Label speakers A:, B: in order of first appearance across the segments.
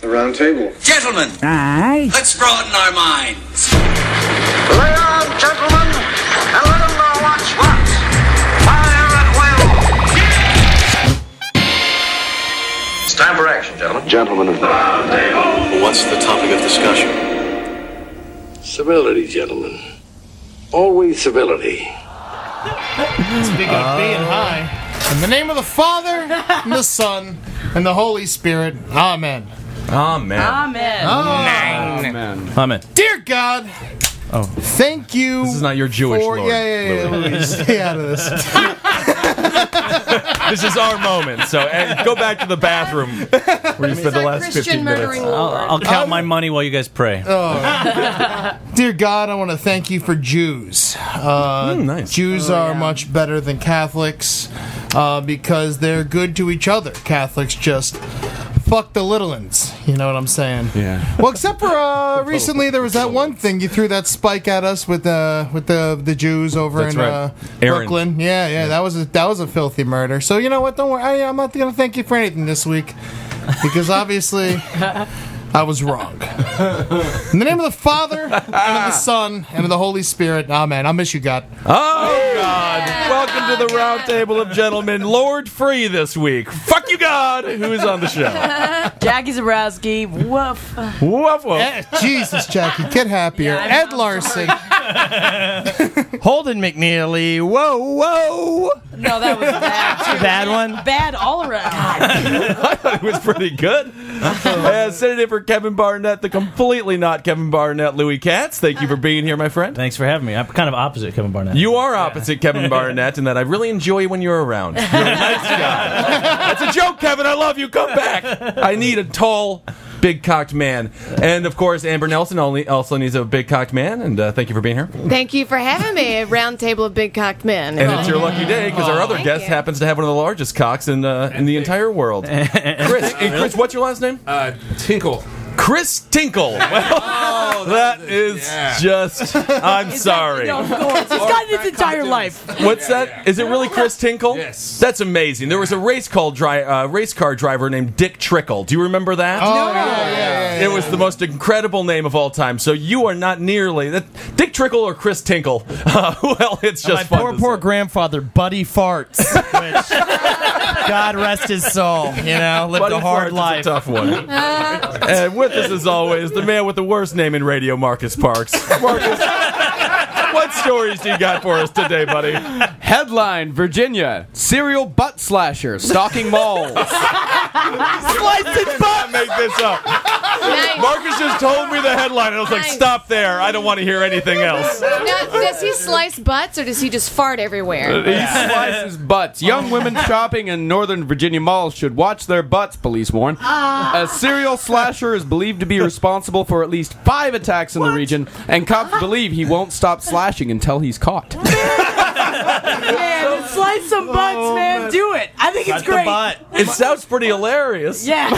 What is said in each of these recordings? A: The round table.
B: Gentlemen,
C: Aye.
B: let's broaden our minds.
D: Lay on, gentlemen, and let 'em know what's what. Fire at will. It's time for action, gentlemen.
E: Gentlemen of the.
F: What's the topic of discussion?
E: Civility, gentlemen. Always civility.
G: Speaking of being high, in the name of the Father, and the Son, and the Holy Spirit, Amen.
H: Oh, man.
I: Amen.
H: Amen.
G: Dear God,
H: Oh.
G: thank you.
H: This is not your Jewish
G: for,
H: Lord,
G: Yeah, yeah, yeah, Louis, Stay out of this.
H: This is our moment, so eh, go back to the bathroom where you spent the last 15 minutes.
J: I'll, I'll count my money while you guys pray.
H: Uh,
G: Dear God, I want to thank you for Jews. Uh,
H: Mm, nice.
G: Jews are much better than Catholics uh, because they're good to each other. Catholics just fuck the little uns. You know what I'm saying?
H: Yeah.
G: Well, except for uh, recently, there was that one thing you threw that spike at us with uh, with the the Jews over
H: That's
G: in
H: right.
G: uh,
H: Aaron.
G: Brooklyn. Yeah, yeah, that was a, that was a filthy murder. So you know what? Don't worry. I, I'm not gonna thank you for anything this week because obviously. I was wrong. In the name of the Father, and of the Son, and of the Holy Spirit. Amen. I miss you, God.
H: Oh, God. Welcome to the round table of gentlemen. Lord Free this week. Fuck you, God, who is on the show.
I: Jackie Zabrowski. Woof.
H: Woof, woof.
G: Eh, Jesus, Jackie, get happier.
I: I'm-
G: Ed
I: I'm
G: Larson.
J: Holden McNeely. Whoa, whoa.
I: No, that was bad. too.
J: Bad one.
I: Bad all around.
H: I thought it was pretty good. Uh, Senator for Kevin Barnett, the completely not Kevin Barnett, Louis Katz. Thank you for being here, my friend.
J: Thanks for having me. I'm kind of opposite Kevin Barnett.
H: You are opposite Kevin Barnett in that I really enjoy when you're around. You're a nice guy. That's a joke, Kevin. I love you. Come back. I need a tall, big cocked man. And of course, Amber Nelson only also needs a big cocked man. And uh, thank you for being here.
K: Thank you for having me at Round Table of Big Cocked Men.
H: And it's your lucky day because our other
K: Thank
H: guest
K: you.
H: happens to have one of the largest cocks in uh, in the entire world. Chris, and Chris, what's your last name?
F: Uh, Tinkle. Oh,
H: Chris Tinkle. Well, that is
F: yeah.
H: just. I'm sorry.
I: No, of course. He's got its entire life.
H: What's that? Is it really Chris Tinkle?
F: Yes.
H: That's amazing. There was a race call dri- uh, race car driver named Dick Trickle. Do you remember that?
G: Oh, yeah, yeah, yeah, yeah.
H: It was the most incredible name of all time. So you are not nearly that. Dick Trickle or Chris Tinkle? Uh, well, it's just
J: My
H: fun
J: poor,
H: to
J: poor
H: say.
J: grandfather, Buddy Farts. which, God rest his soul. You know, lived
H: Buddy
J: a hard
H: Farts is
J: life. Uh.
H: tough one. and with us, as always, the man with the worst name in radio, Marcus Parks. Marcus, what stories do you got for us today, buddy?
L: Headline Virginia serial butt slasher stalking malls.
H: Sliced and butt. Make this up.
K: Nice.
H: Marcus just told me the headline, and I was like,
K: Nice.
H: "Stop there! I don't want to hear anything else."
K: Now, does he slice butts or does he just fart everywhere?
L: he slices butts. Young women shopping in northern Virginia malls should watch their butts, police warn. A serial slasher is believed to be responsible for at least five attacks in the region, and cops believe he won't stop slashing until he's caught.
I: Man, slice some butts, man. Do it. I think it's
J: Cut the
I: great.
J: butt.
H: It sounds pretty hilarious.
I: Yeah.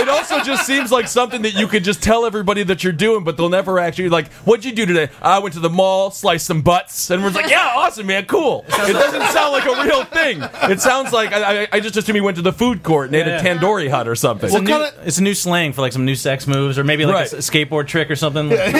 H: It also just seems like something that you could just tell everybody that you're doing, but they'll never actually like, "What'd you do today?" I went to the mall, sliced some butts, and everyone's like, "Yeah, awesome, man, cool." It doesn't sound like a real thing. It sounds like I, I, I just assume he went to the food court and ate a
J: Yeah.
H: tandoori hut or something.
J: It's a, new,
G: kinda-
J: it's a new slang for like some new sex moves or maybe like
H: Right.
J: a s- skateboard trick or something. Like,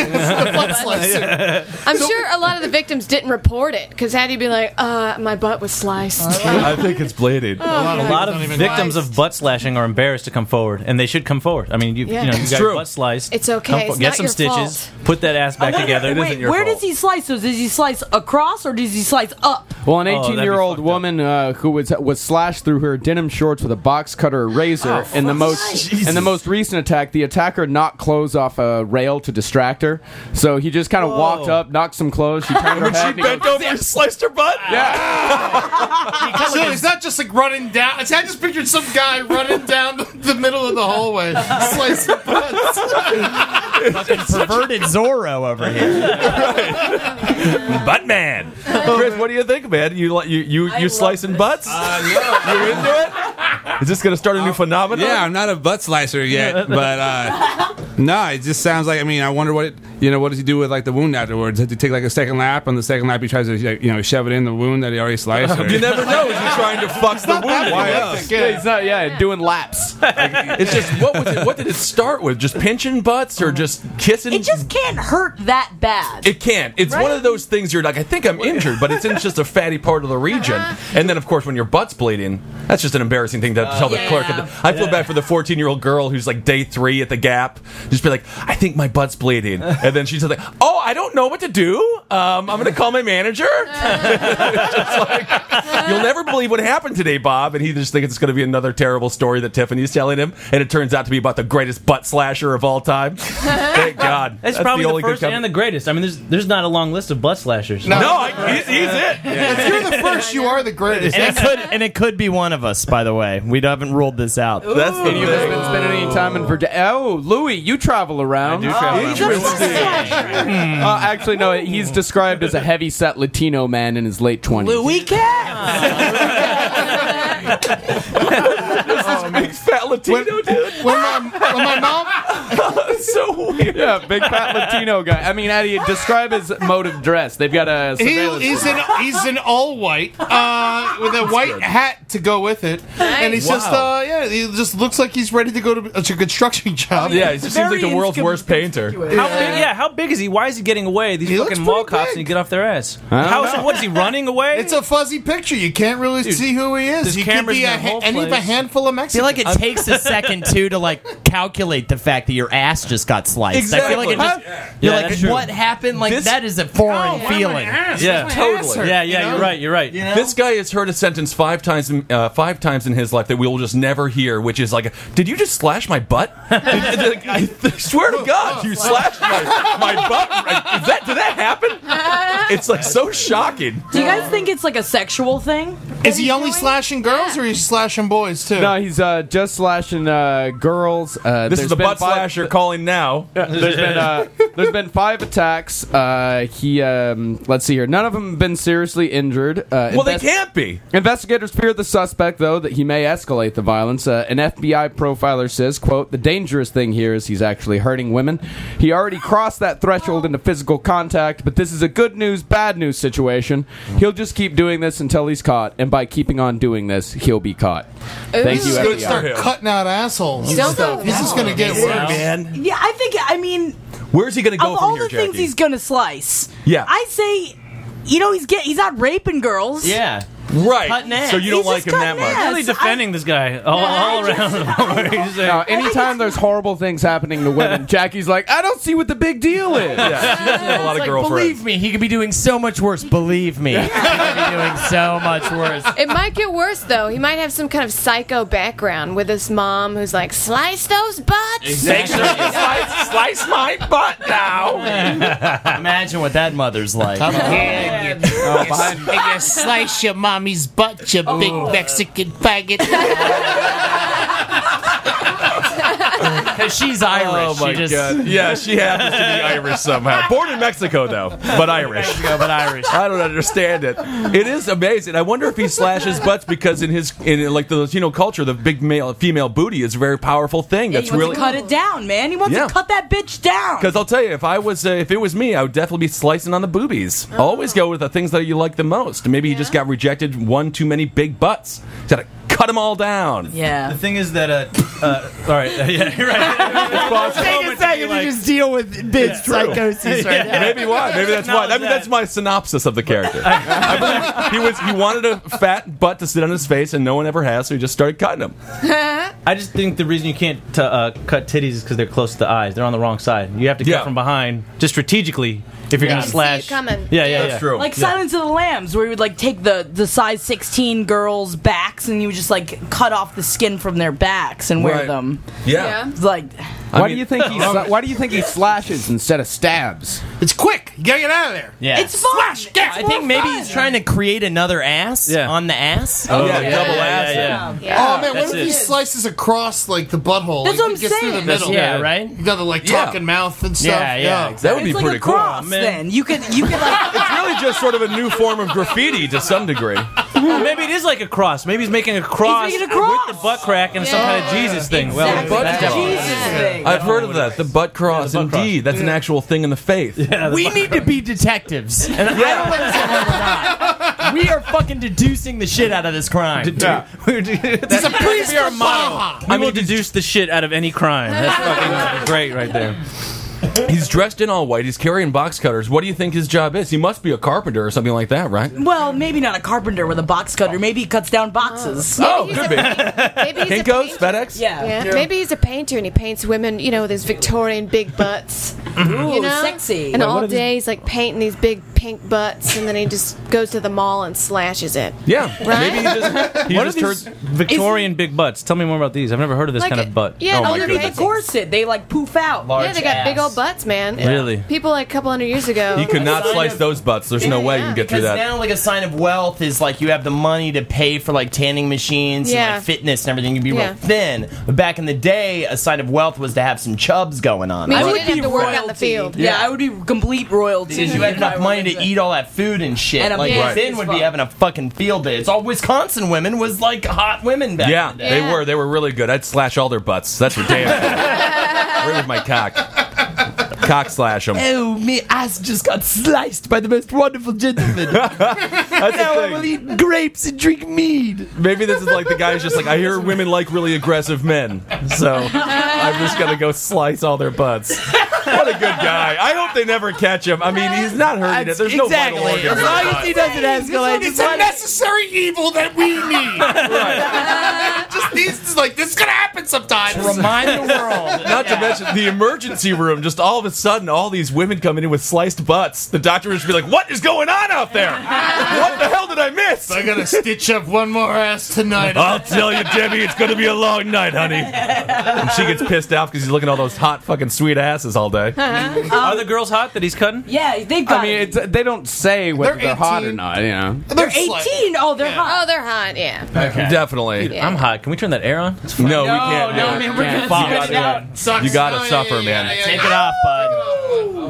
G: Butt slicer.
K: I'm sure a lot of the victims didn't report it because how do you be like, uh, my butt was sliced?
H: I think it's bladed.
C: Oh.
J: a lot of
G: even-
J: victims of butt slashing are embarrassed to come forward, and they should come forward. I mean, you,
K: Yeah.
J: you know, you
K: It's
J: got
H: true.
J: your butt sliced.
K: It's okay.
J: come for-
K: It's
J: get
K: not
J: some
K: your
J: stitches. Put that ass back together.
I: Wait, where does he slice those? Does he slice across or does he slice up?
L: Well, an
J: Oh, that'd be
L: 18 year old
J: fucked up.
L: woman uh, who was was slashed through her denim shorts with a box cutter razor in the most in the most recent attack. The attacker knocked clothes off a rail to distract her, so he just kind of walked up, knocked some clothes. She turned her head. and he
H: Bent
L: goes,
H: over and sliced her butt.
L: yeah.
G: So it's not just like running down. I just pictured some guy running down the, the middle of the hallway, slicing butts.
J: perverted Zorro over here?
H: Buttman. Chris, what do you think, man? You li- you you, you slicing butts? You Uh, into it? Is this gonna start a new phenomenon?
F: Yeah, I'm not a butt slicer yet, but uh,
A: No, it just sounds like. I mean, I wonder what it, you know. What does he do with like the wound afterwards? Does he take like a second lap? On the second lap, he tries to like, you know shove it in the wound that he already sliced. or-
H: You never know. Is he trying to fuck the wound?
A: Why else?
L: Yeah, he's not. Yeah, doing laps.
H: it's just what was it? What did it start with? Just pinching butts or just kissing?
I: It just can't hurt that bad.
H: It can. It's one of those things you're like, I think I'm injured, but it's in just a fatty part of the region.
I: Uh-huh.
H: And then, of course, when your butt's bleeding, that's just an embarrassing thing to have to tell the
I: Uh, yeah.
H: clerk. At the, I feel bad for the 14 year old girl who's like day three at the Gap. Just be like, I think my butt's bleeding, and then she's like, Oh, I don't know what to do. Um, I'm going to call my manager. It's just like, you'll never believe what happened today, Bob. And he just thinks it's going to be another terrible story that Tiffany's telling him, and it turns out to be about the greatest butt slasher of all time. Thank God.
C: That's, probably the,
H: only good
C: first
H: company.
C: and the greatest. I mean, there's there's not a long list of butt slashers.
H: No, No, Oh, I- he's- he's it.
G: If you're the first, you are the greatest.
J: And it could and it could be one of us, by the way. We haven't ruled this out.
L: That's the you haven't spent any time in Virginia. Oh, Louis, you travel around.
J: do travel around.
L: Hmm. Uh, actually, no. He's described as a heavy-set Latino man in his late twenties.
I: Louis Cat.
H: big fat Latino dude.
G: When my, when my mom,
H: so weird.
L: Yeah, big fat Latino guy. I mean, how do you describe his mode of dress? They've got a.
G: he,
L: surveillance
G: he's in
L: camera.
G: he's in all white uh, with a white hat to go with it, and he's just
H: Wow.
G: uh, yeah, he just looks like he's ready to go to a construction job.
H: Yeah, he just seems like the world's worst painter.
C: How big, yeah, how big is he? Why is he getting away? These fucking mall cops and get off their ass.
G: I don't
C: How is
G: know.
C: he, what is he running away?
G: It's a fuzzy picture. You can't really
C: Dude,
G: see who he is.
C: this
G: He could
C: camera's
G: be
C: in
G: a,
C: the
G: ha-
C: whole
G: any of a
C: place.
G: handful of
J: I feel
G: Mexicans.
J: like it takes a second too to like calculate the fact that your ass just got sliced. I feel like it just you're like
C: that's true.
J: what happened? Like
C: This-
J: that is a foreign feeling.
H: Yeah, totally.
C: Yeah, yeah, you're right. You're right.
H: This guy has heard a sentence five times, in, uh, five times in his life that we will just never hear, which is like, "Did you just slash my butt?" Like, I th- swear to God, you slashed my, my butt. Is that did that happen? It's like so shocking.
I: Do you guys think it's like a sexual thing?
G: Is he only slashing girls or he's slashing boys too?
L: No, he's uh, just slashing uh, girls. Uh,
H: This
L: there's
H: is the
L: been
H: butt
L: five-
H: slasher calling now.
L: There's been uh, there's been five attacks. Uh, he um, let's see here. None of them have been seriously injured. Uh,
H: Well, they can't be.
L: Investigators fear the suspect, though, that he may escalate the violence. Uh, an FBI profiler says, "quote The dangerous thing here is he's actually hurting women. He already crossed that threshold into physical contact, but this is a good news, bad news situation. He'll just keep doing this until he's caught, and by keeping on doing this, he'll be caught." Thank you,
G: He's gonna
L: FBI.
G: start cutting out assholes.
I: Don't
G: and stuff.
I: go
G: He's just gonna get worse.
I: Yeah, I think. I mean,
H: Where's he going to go
I: of
H: from
I: all
H: here,
I: the things
H: Jackie?
I: he's gonna slice,
H: Yeah.
I: I say, you know, he's get he's not raping girls.
C: Yeah. Cutting
H: right.
C: ass.
H: So you don't
I: He's
H: like
I: just
H: him that
I: cutting
H: much.
I: ass.
C: Really defending this guy all, all around. He's like,
L: Now, anytime there's horrible things happening to women, Jackie's like, I don't see what the big deal is.
H: Yeah, she doesn't have a lot of
J: Like,
H: girlfriends.
J: believe me, he could be doing so much worse. Believe me, he could be doing so much worse.
K: It might get worse though. He might have some kind of psycho background with his mom, who's like, "Slice those butts."
H: slice, slice my butt now.
J: Imagine what that mother's like.
M: I guess slice your mommy's butt, you
J: Oh.
M: big Mexican faggot.
J: Because she's Irish.
H: Oh my
J: she just,
H: god! Yeah, she happens to be Irish somehow. Born in Mexico though, but Irish.
J: Mexico, but Irish.
H: I don't understand it. It is amazing. I wonder if he slashes butts because in his in like the Latino culture, the big male female booty is a very powerful thing.
I: Yeah,
H: That's
I: he wants
H: really
I: to cut it down, man. He wants
H: Yeah.
I: to cut that bitch down.
H: Because I'll tell you, if I was, uh, if it was me, I would definitely be slicing on the boobies. Always go with the things that you like the most. Maybe he just got rejected one too many big butts. Got to cut them all down.
I: Yeah.
C: The thing is that, uh, uh, all right, yeah, you're right. It's possible.
M: Take a second to just deal with big psychoses right now.
H: Maybe why? Maybe that's why. I mean, that's my synopsis of the character. I believe he was he wanted a fat butt to sit on his face, and no one ever has, so he just started cutting him.
C: I just think the reason you can't t- uh, cut titties is because they're close to the eyes. They're on the wrong side. You have to
H: Yeah.
C: cut from behind, just strategically, if you're
K: Yeah.
C: going
K: See
C: to
K: it
C: slash.
K: coming.
C: Yeah, yeah,
H: That's
C: yeah.
H: true.
I: Like
C: Yeah.
I: Silence of the Lambs, where he would like take the the size sixteen girls' backs and you would just like cut off the skin from their backs and wear
H: Right.
I: them.
H: Yeah.
I: It's Like
L: Why
H: mean-
L: do you think he? sla- why do you think he slashes instead of stabs?
G: It's quick. You gotta get out of there.
C: Yeah.
I: it's fun. It's
J: I
I: more
J: think maybe
I: fun.
J: he's trying to create another ass
C: Yeah.
J: on the ass.
C: Oh,
H: yeah, double
C: yeah,
H: ass.
C: yeah, yeah.
K: Yeah.
G: oh man, what
C: that's
G: if he
C: it.
G: slices across like the butthole?
I: That's what
G: like, it
I: I'm
G: gets through the
I: saying.
J: That's-
G: middle.
J: yeah, right?
G: You got to like
H: Yeah.
G: talk and mouth and stuff.
J: Yeah, yeah,
H: That would be
I: It's like
H: pretty
I: a cross.
C: man.
I: Then you could you could like
H: cool. Really, just sort of a new form of graffiti to some degree.
C: Maybe it is like a cross. Maybe he's making a cross,
I: making a cross.
C: with the butt crack and some kind of Jesus thing. Well,
H: Exactly. Butt
C: that's-
H: Jesus
I: thing.
H: I've heard of that. The butt cross, indeed. That's an actual thing in the faith.
J: we need to be detectives. And I don't understand why we're not. We are fucking deducing the shit out of this crime.
C: Yeah.
J: There's a priest
C: our
J: from
C: motto.
J: Baja.
C: I will deduce the shit out of any crime. That's fucking great right there.
H: He's dressed in all white. He's carrying box cutters. What do you think his job is? He must be a carpenter or something like that, right?
I: Well, maybe not a carpenter with a box cutter. Maybe he cuts down boxes.
H: Oh, could be.
K: Maybe he's a
H: Kinko's, FedEx.
I: Yeah.
K: Yeah. Maybe he's a painter and he paints women, you know, with his Victorian big butts.
I: Mhm.
K: you
I: Ooh,
K: know?
I: sexy.
K: And
I: Wait, what
K: all
I: are these-
K: day he's like painting these big pink butts and then he just goes to the mall and slashes it.
H: Yeah.
K: Right?
H: Maybe he just, he
C: What
H: just
C: are
H: turns.
C: these Victorian big butts. Tell me more about these. I've never heard of this
K: Like
C: kind
K: a-
C: of butt.
K: yeah,
C: oh my
K: underneath
C: goodness.
I: The corset, they like poof out.
C: Large
K: yeah, they got big
C: ass.
K: old butts, man.
C: Really?
K: People like a couple hundred years ago.
H: He could not slice those butts. There's no way you can get through
J: Because
H: that.
J: now, like a sign of wealth is like you have the money to pay for like tanning machines and
K: Yeah.
J: like fitness and everything. You'd be
K: Yeah.
J: real thin. But back in the day, a sign of wealth was to have some chubs going on.
K: Means
J: Like,
K: you didn't have to work out in the field.
I: Yeah, I would be complete royalty.
J: because you had enough money to eat all that food and shit.
I: And I'm
J: like
I: big
J: thin
I: as
J: would be
I: fuck.
J: having a fucking field day. It's all Wisconsin women was like hot women back.
H: Yeah,
J: in the day.
H: they were. They were really good. I'd slash all their butts. That's for damn. sure. Where was my cock? Cock slash them.
J: Oh, me ass just got sliced by the most wonderful gentleman. now I will eat grapes and drink mead.
H: Maybe this is like the guy's just like I hear women like really aggressive men, so I'm just gonna go slice all their butts. What a good guy! I hope they never catch him. I mean, he's not hurting it. There's
J: exactly.
H: no vital organ.
J: As long as he doesn't escalate,
M: It's
J: just
M: a
J: let it-
M: necessary evil that we need. It just needs to, like this is gonna happen sometimes.
J: Remind the world.
H: Not to mention the emergency room. Just all of a sudden, all these women coming in with sliced butts. The doctor would just be like, "What is going on out there? What the hell did I miss?"
G: I gotta stitch up one more ass tonight.
H: I'll tell you, Debbie, it's going to be a long night, honey. And she gets pissed off because he's looking at all those hot, fucking sweet asses all day.
C: Are the girls hot that he's cutting?
I: Yeah, they've got.
L: I mean, it's, they don't say whether they're, hot or not. You know,
I: they're 18. Oh, they're hot.
K: Oh, they're hot, yeah.
H: Definitely.
K: Yeah.
C: I'm hot. Can we turn that air on? It's
H: No,
C: fine.
H: we
I: no,
H: can't. do
I: I
H: it.
I: mean, we're
H: You
I: gonna spread
H: gotta-
I: it out.
G: Sucks.
H: You gotta
G: Oh, yeah,
H: suffer,
G: yeah,
H: man.
G: yeah, yeah,
J: Take it off, bud.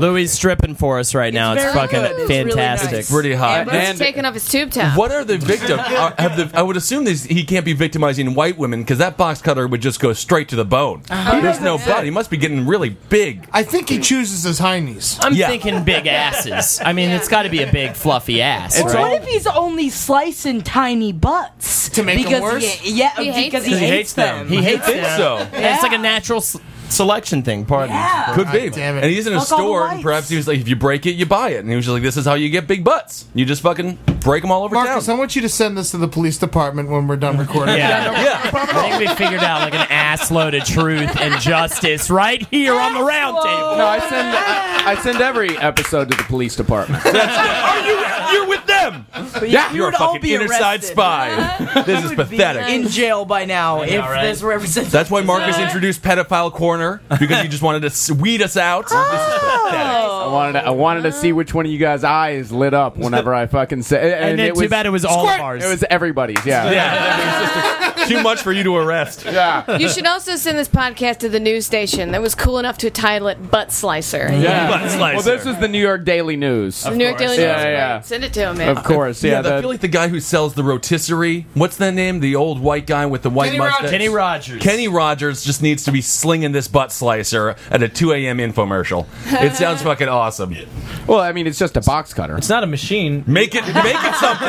J: Louis is stripping for us right now. It's,
I: very
J: fucking
I: good. It's really
J: fantastic.
I: nice.
H: Pretty hot.
K: Amber's taking off his tube top.
H: What are the victims? Have the? I would assume this, he can't be victimizing white women because that box cutter would just go straight to the bone. There's no blood. He must be getting really big.
G: I think he chooses his high knees.
J: I'm
H: Yeah.
J: thinking big asses. I mean, it's got to be a big fluffy ass,
I: Or
J: right?
I: what if he's only slicing tiny butts to
G: make 'em
I: because
G: worse?
I: He, yeah,
K: He hates
I: because
K: them.
I: he,
K: He
I: hates,
C: hates them.
I: them.
J: He hates
H: think
J: them.
H: so.
J: And It's like a natural s- selection thing. Pardon.
I: Yeah.
H: Could be.
G: damn it.
H: And he's in a
I: Fuck all the
H: store, and
I: whites.
H: perhaps he was like, if you break it, you buy it. And he was just like, this is how you get big butts. You just fucking break them all over
G: Marcus, I
H: town.
G: want you to send this to the police department when we're done recording.
J: Yeah.
H: Yeah.
J: I think we figured out like an ass load of truth and justice right here on the round table.
L: no, I send I, I send every episode to the police department.
H: Are you, you're with them.
I: Yeah,
H: You're a fucking inner side spy. this is pathetic.
I: In jail by now, if
J: right?
I: this represents. Oh.
H: That's why Marcus introduced pedophile corner because he just wanted to s- weed us out.
I: Oh.
L: I wanted to, I wanted to see which one of you guys' eyes lit up whenever I fucking said. And,
J: And then
L: it
J: too
L: was,
J: bad it was all of ours.
L: It was everybody's. Yeah.
H: Yeah, that was just too much for you to arrest.
L: Yeah.
K: You should also send this podcast to the news station that was cool enough to title it Butt Slicer.
H: Butt slicer.
L: Well, this is the New York Daily News.
K: The New York Daily News.
L: Yeah, yeah.
K: right. Send it to him, man.
L: Of course. Yeah.
H: Yeah, I
L: the-
H: feel like the guy who sells the rotisserie. What's that name? The old white guy with the white
G: Kenny
H: mustache.
G: Rogers.
J: Kenny Rogers.
H: Kenny Rogers just needs to be slinging this butt slicer at a 2 a.m. infomercial. It sounds fucking awesome.
L: well, I mean, it's just a box cutter.
C: It's not a machine.
H: Make it, make it something.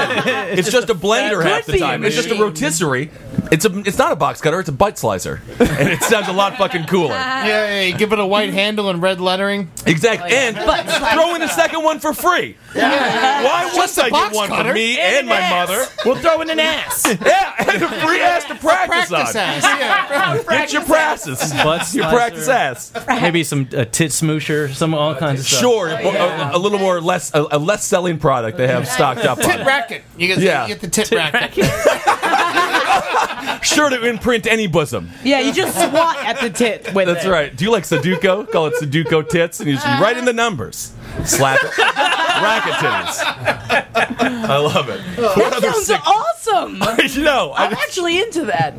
H: It's, just, a blender half
I: could
H: the
I: be a
H: time. It's just a
I: machine.
H: rotisserie. It's a, it's not a box cutter. It's a butt slicer, and it sounds a lot fucking cooler.
G: Yeah, yeah, give it a white handle and red lettering.
H: Exactly. And throw in a second one for free. Why wouldn't I get one for me and, my mother?
J: We'll throw in an ass.
H: Yeah, and a free ass to practice,
G: Practice
H: on.
G: ass. Yeah.
H: Get your practice.
C: Butt
H: Your
C: slicer.
H: practice ass.
C: Maybe some uh, tit smoosher. Some all kinds of stuff.
H: Sure, a- a, a little more less a, a less selling product they have stocked up
G: Tit
H: on.
G: racket. You guys
H: Yeah.
G: get the tit, racket.
H: Sure to imprint any bosom.
I: Yeah, you just swat at the tit with
H: That's
I: it.
H: right. Do you like Sudoku? Call it Sudoku tits, and you just write in the numbers. Slap it. Racket titties. I love it.
I: That
H: What
I: sounds
H: sick-
I: awesome. I
H: know.
I: I'm actually into that.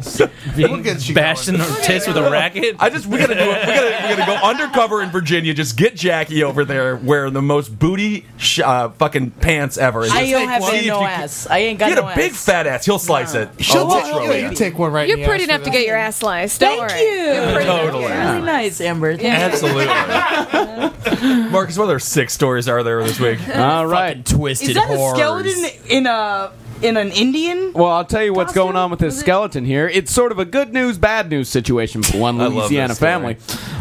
H: Look at you bashing
C: her tits with a racket.
H: I just we gotta do it. We gotta, we gotta go undercover in Virginia. Just get Jackie over there wearing the most booty sh- uh, fucking pants ever. And
I: I
H: just
I: don't have
H: see if
I: no
H: you can-
I: ass. I ain't got
H: Get
I: no
H: a
I: ass.
H: big fat ass. He'll slice it.
G: She'll
H: Oh,
G: take-
H: throw
G: yeah,
H: it.
G: you take one right.
K: You're
G: in the
K: pretty
G: ass
K: enough
G: for
K: to
G: that.
K: get your ass sliced. Don't
I: Thank
K: worry.
I: you.
K: You're pretty enough to get your ass
I: Really nice, Amber. Thank you.
H: Absolutely. Marcus, what other sick stories are there this week?
L: All right,
I: Is that a skeleton in a in an Indian?
L: Well, I'll tell you what's going on with this skeleton here. It's sort of a good news, bad news situation for one
H: I love
L: Louisiana
H: this story.
L: family.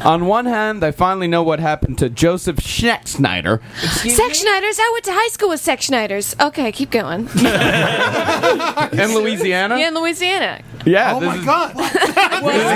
L: On one hand, they finally know what happened to Joseph Schneck Snyder.
K: Sex Schneiders. I went to high school with Sex Schneiders. Okay, keep going.
L: In Louisiana?
K: Yeah, in Louisiana.
G: Oh
L: Yeah. this is-
K: god.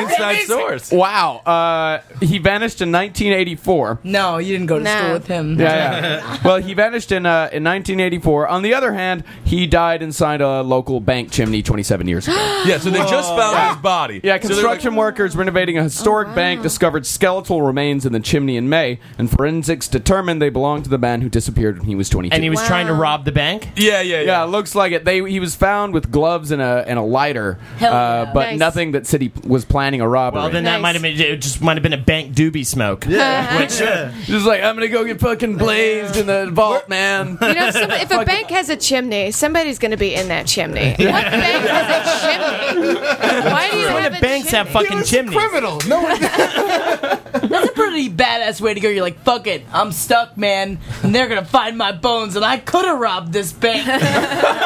H: inside source.
L: Wow. Uh, he vanished in 1984.
I: No, you didn't go to
K: No.
I: school with him.
L: Yeah, yeah. well, he vanished in uh, in 1984. On the other hand, he died inside a local bank chimney 27 years ago.
H: Yeah, so they just found
L: Yeah.
H: his body.
L: Yeah,
H: So they're like,
L: construction workers renovating a
K: Oh,
L: historic bank discovered skeletal remains in the chimney in May, and forensics determined they belonged to the man who disappeared when he was 22.
J: And he was trying to rob the bank?
H: Yeah, yeah,
L: yeah. looks like it. They he was found with gloves and a and a lighter,
J: Hell
L: uh,
J: yeah.
L: but
J: Nice.
L: nothing that said he was planning a robbery.
J: Well, then that might have been it just might have been a bank doobie smoke.
K: Yeah.
J: Which, uh,
L: just like I'm gonna go get fucking blazed in the vault, man.
K: You know, if, some, if a bank has a chimney, somebody's going to be in that chimney. What bank has a chimney? Why do you
J: Why
K: have
J: do
K: a
J: banks have fucking chimneys?
G: criminal. No one
I: That's a pretty badass way to go. You're like, fuck it, I'm stuck, man, and they're gonna find my bones, and I could have robbed this bank.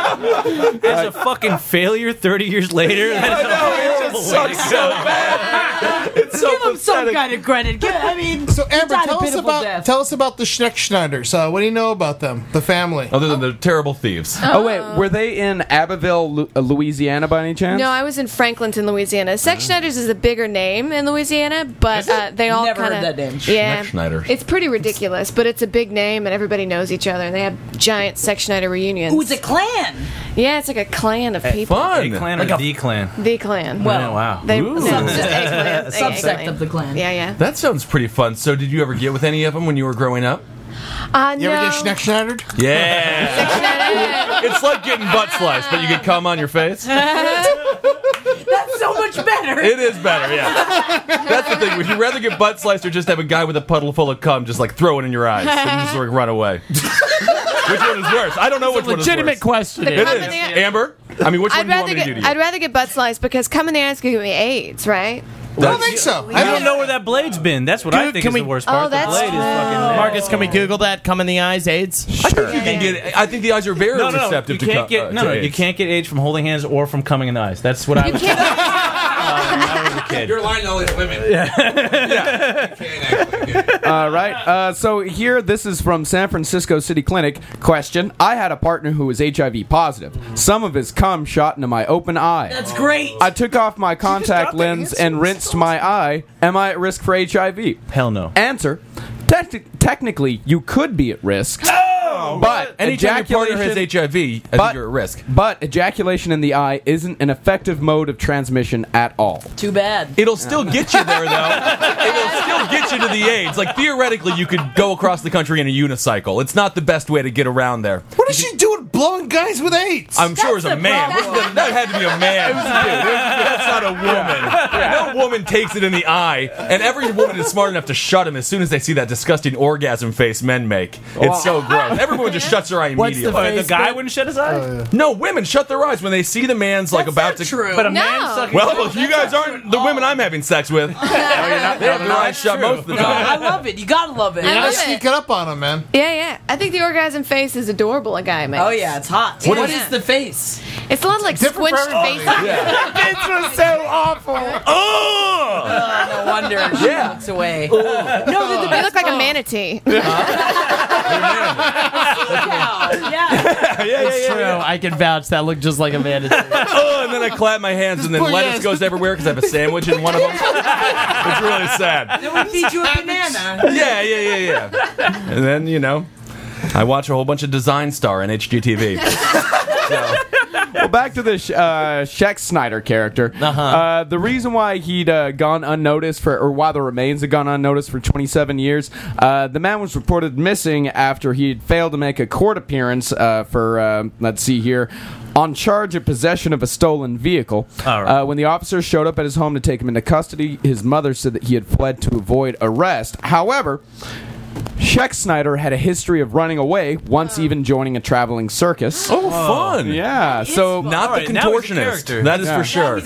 C: As a fucking failure 30 years later. That's a horrible way to go.
I: Give him some kind of credit. Give, I mean,
G: So
I: he
G: Amber,
I: died a
G: tell us
I: pitiful
G: about
I: death.
G: tell us about the Schneck Schneiders. Uh, what do you know about them? The family.
H: Other than they're terrible thieves.
L: Oh wait, were they in Abbeville, Lu- uh, Louisiana, by any chance?
K: No, I was in Franklinton, Louisiana. Sex Schneiders is a bigger name in Louisiana, but uh, they all
I: Never heard
K: kind of
I: that name.
K: Yeah,
H: Schneck Schneiders.
K: It's pretty ridiculous, but it's a big name, and everybody knows each other. And they have giant Sex Schneider reunions.
I: Ooh, it's a clan.
K: Yeah, it's like a clan of people.
C: A clan or like D clan.
K: The clan.
C: Well, wow.
K: they
H: Ooh.
K: no, just a clan.
I: A
K: They a
I: subsect
K: clan.
I: of the clan.
K: Yeah, yeah.
H: That sounds pretty fun. So, did you ever get with any of them when you were growing up?
K: Uh,
G: You ever
K: no.
G: get Schneck Schneidered?
H: Yeah. it's like getting butt sliced, but you get cum on your face.
I: That's so much better.
H: It is better, yeah. That's the thing. Would you rather get butt sliced or just have a guy with a puddle full of cum just like throw it in your eyes and just like run away? which one is worse? I don't know which one is worse.
J: legitimate question.
K: The
H: It
K: cum
H: is.
K: in the eye-
H: Amber, I mean, which one
K: I'd
H: do you want
K: rather
H: me
K: get
H: to do to you?
K: I'd rather get butt sliced because coming there is going to give me AIDS, right?
G: I don't think so.
C: I don't know where that blade's been. That's what I think is the worst
K: Oh,
C: part. the
K: that's
C: blade is fucking there.
J: Marcus, can we Google that? Come in the eyes, AIDS?
H: I think you can get. I think the eyes are very
C: No, no, no.
H: receptive
C: You
H: to
C: can't
H: cum- uh,
C: get no,
H: to
C: no. You
H: AIDS.
C: can't get AIDS from holding hands or from coming in the eyes. That's what I was when I was a kid.
F: You're lying to all these women. Yeah.
L: All right. Uh, so here, this is from San Francisco City Clinic. Question: I had a partner who was HIV positive.
H: Mm.
L: Some of his cum shot into my open eye.
I: That's great.
L: I took off my contact lens and rinsed my eye. Am I at risk for HIV?
C: Hell no.
L: Answer: Techni- Technically, you could be at risk. But
H: Anytime your partner has
L: ejaculation-
H: HIV, I
L: but-
H: think you're at risk.
L: But ejaculation in the eye isn't an effective mode of transmission at all.
I: Too bad.
H: It'll still get you there, though. It'll still get you to the AIDS. Like theoretically, you could go across the country in a unicycle. It's not the best way to get around there.
G: What is she doing, blowing guys with AIDS?
H: I'm sure it's a
I: That's the
H: man.
I: problem.
H: Wasn't That, that had to be a man. That's not a woman. No woman takes it in the eye, and every woman is smart enough to shut him as soon as they see that disgusting orgasm face men make. It's so gross. Every woman just shuts their eye
J: What's
H: immediately.
J: the face? Oh,
C: The guy wouldn't shut his eyes.
H: No, women shut their eyes when they see the man's like about to.
I: True.
C: But a
K: No.
C: man sucking.
H: Well, if you guys aren't the women I'm having sex with, they have their eyes shut most of the
I: no, I
H: time.
I: love it. You gotta love it.
K: I
G: Gotta
K: love it.
G: sneak it up on him, man.
K: Yeah, yeah. I think the orgasm face is adorable. A guy makes.
I: Oh yeah, it's hot.
K: What
I: what
K: is-
I: is, the face?
K: It's a lot of like
G: Different for
K: squinched
G: everybody.
K: faces.
J: This was so awful.
H: Oh!
I: Oh, no wonder she
H: Yeah.
I: looks away. No, the, the
K: They look like a manatee.
I: cow. Yeah.
H: Yeah, yeah,
J: It's
H: yeah,
J: true.
H: yeah.
J: I can vouch. That looked just like a man.
H: Oh, and then I clap my hands, and then
G: put
H: lettuce
G: yes.
H: goes everywhere because I have a sandwich in one of them. It's really sad.
I: Then we feed you a banana.
H: Yeah, yeah, yeah, yeah. And then you know, I watch a whole bunch of Design Star on HGTV. So,
L: well, back to this uh, Shaq Snyder character. Uh-huh. the reason why he'd uh, gone unnoticed for, or why the remains had gone unnoticed for 27 years, uh, the man was reported missing after he had failed to make a court appearance uh, for, uh, let's see here, on charge of possession of a stolen vehicle. Uh, when the officers showed up at his home to take him into custody, his mother said that he had fled to avoid arrest. However, Sheck Snyder had a history of running away, once even joining a traveling circus.
H: Oh, fun.
L: Yeah. So
H: Not the contortionist. That is for sure.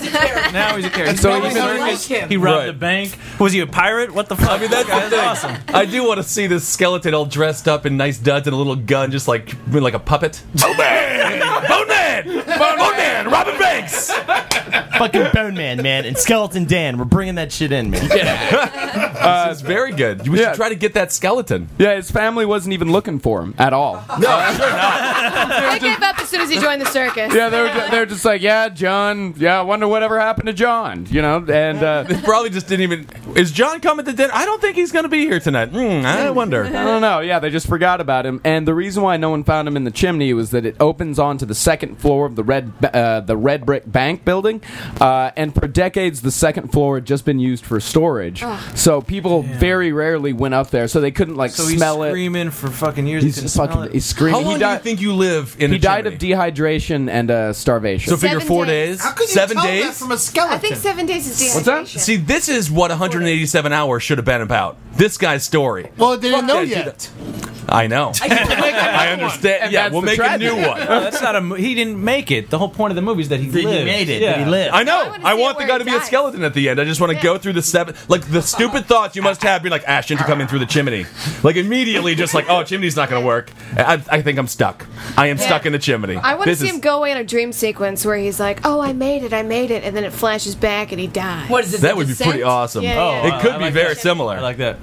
C: now he's a character.
H: And so
C: He's
H: he's
C: a
H: like
C: circus.
H: him.
C: He robbed
H: Right.
C: a bank. Was he a pirate? What the fuck? I mean,
H: that's the thing.
C: awesome.
H: I do want to see this skeleton all dressed up in nice duds and a little gun, just like like a puppet. Bone man, bone man, bone man, Robin Banks.
C: Fucking Bone Man, man, and Skeleton Dan. We're bringing that shit in, man.
H: Uh, it's very good. We should try to get that skeleton.
L: Yeah, his family wasn't even looking for him at all.
K: I gave up as soon as he joined the circus.
L: Yeah, they were, ju- they were just like, yeah, John. Yeah, I wonder whatever happened to John. You know, and uh,
H: they probably just didn't even. Is John coming to dinner? I don't think he's going to be here tonight. Hmm, I wonder.
L: I don't know. Yeah, they just forgot about him. And the reason why no one found him in the chimney was that it opens onto the second floor of the red ba- uh, the red brick bank building, uh, and for decades the second floor had just been used for storage.
C: Ugh.
L: So people very rarely went up there, so they couldn't like
C: So he's
L: smell it.
C: screaming for fucking years.
L: He's just fucking he's screaming. he died,
H: think you live
L: he died of dehydration and uh, starvation.
H: So figure Seven four days. days?
G: How could you
H: Seven
G: tell
H: days?
G: that from a skeleton?
K: I think seven days is dehydration.
H: See, this is what 187 hours should have been about. This guy's story.
G: Well, they didn't know
H: that, dude.
G: yet.
H: I know. I
C: one.
H: understand.
C: And
H: yeah,
C: that's
H: we'll
C: the
H: make
C: tragedy.
H: a new one.
C: No, that's not a. mo- He didn't make it. The whole point of the movie is that he
H: That he
C: lived.
H: made it,
C: Yeah.
H: that he lived. I know. I, want the guy to be a skeleton at the end. I just want to go through the seven, like the stupid thoughts you must have. Being like, Ashton to come in through the chimney, like immediately, just like, oh, chimney's not going to work. I, I think I'm stuck. I am
K: Yeah.
H: stuck in the chimney.
K: I want to
H: This
K: see
H: is-
K: him go away in a dream sequence where he's like, "Oh, I made it, I made it," and then it flashes back and he dies. What is
H: That would be pretty awesome.
K: Yeah, yeah.
H: It could be very similar. I
C: like that.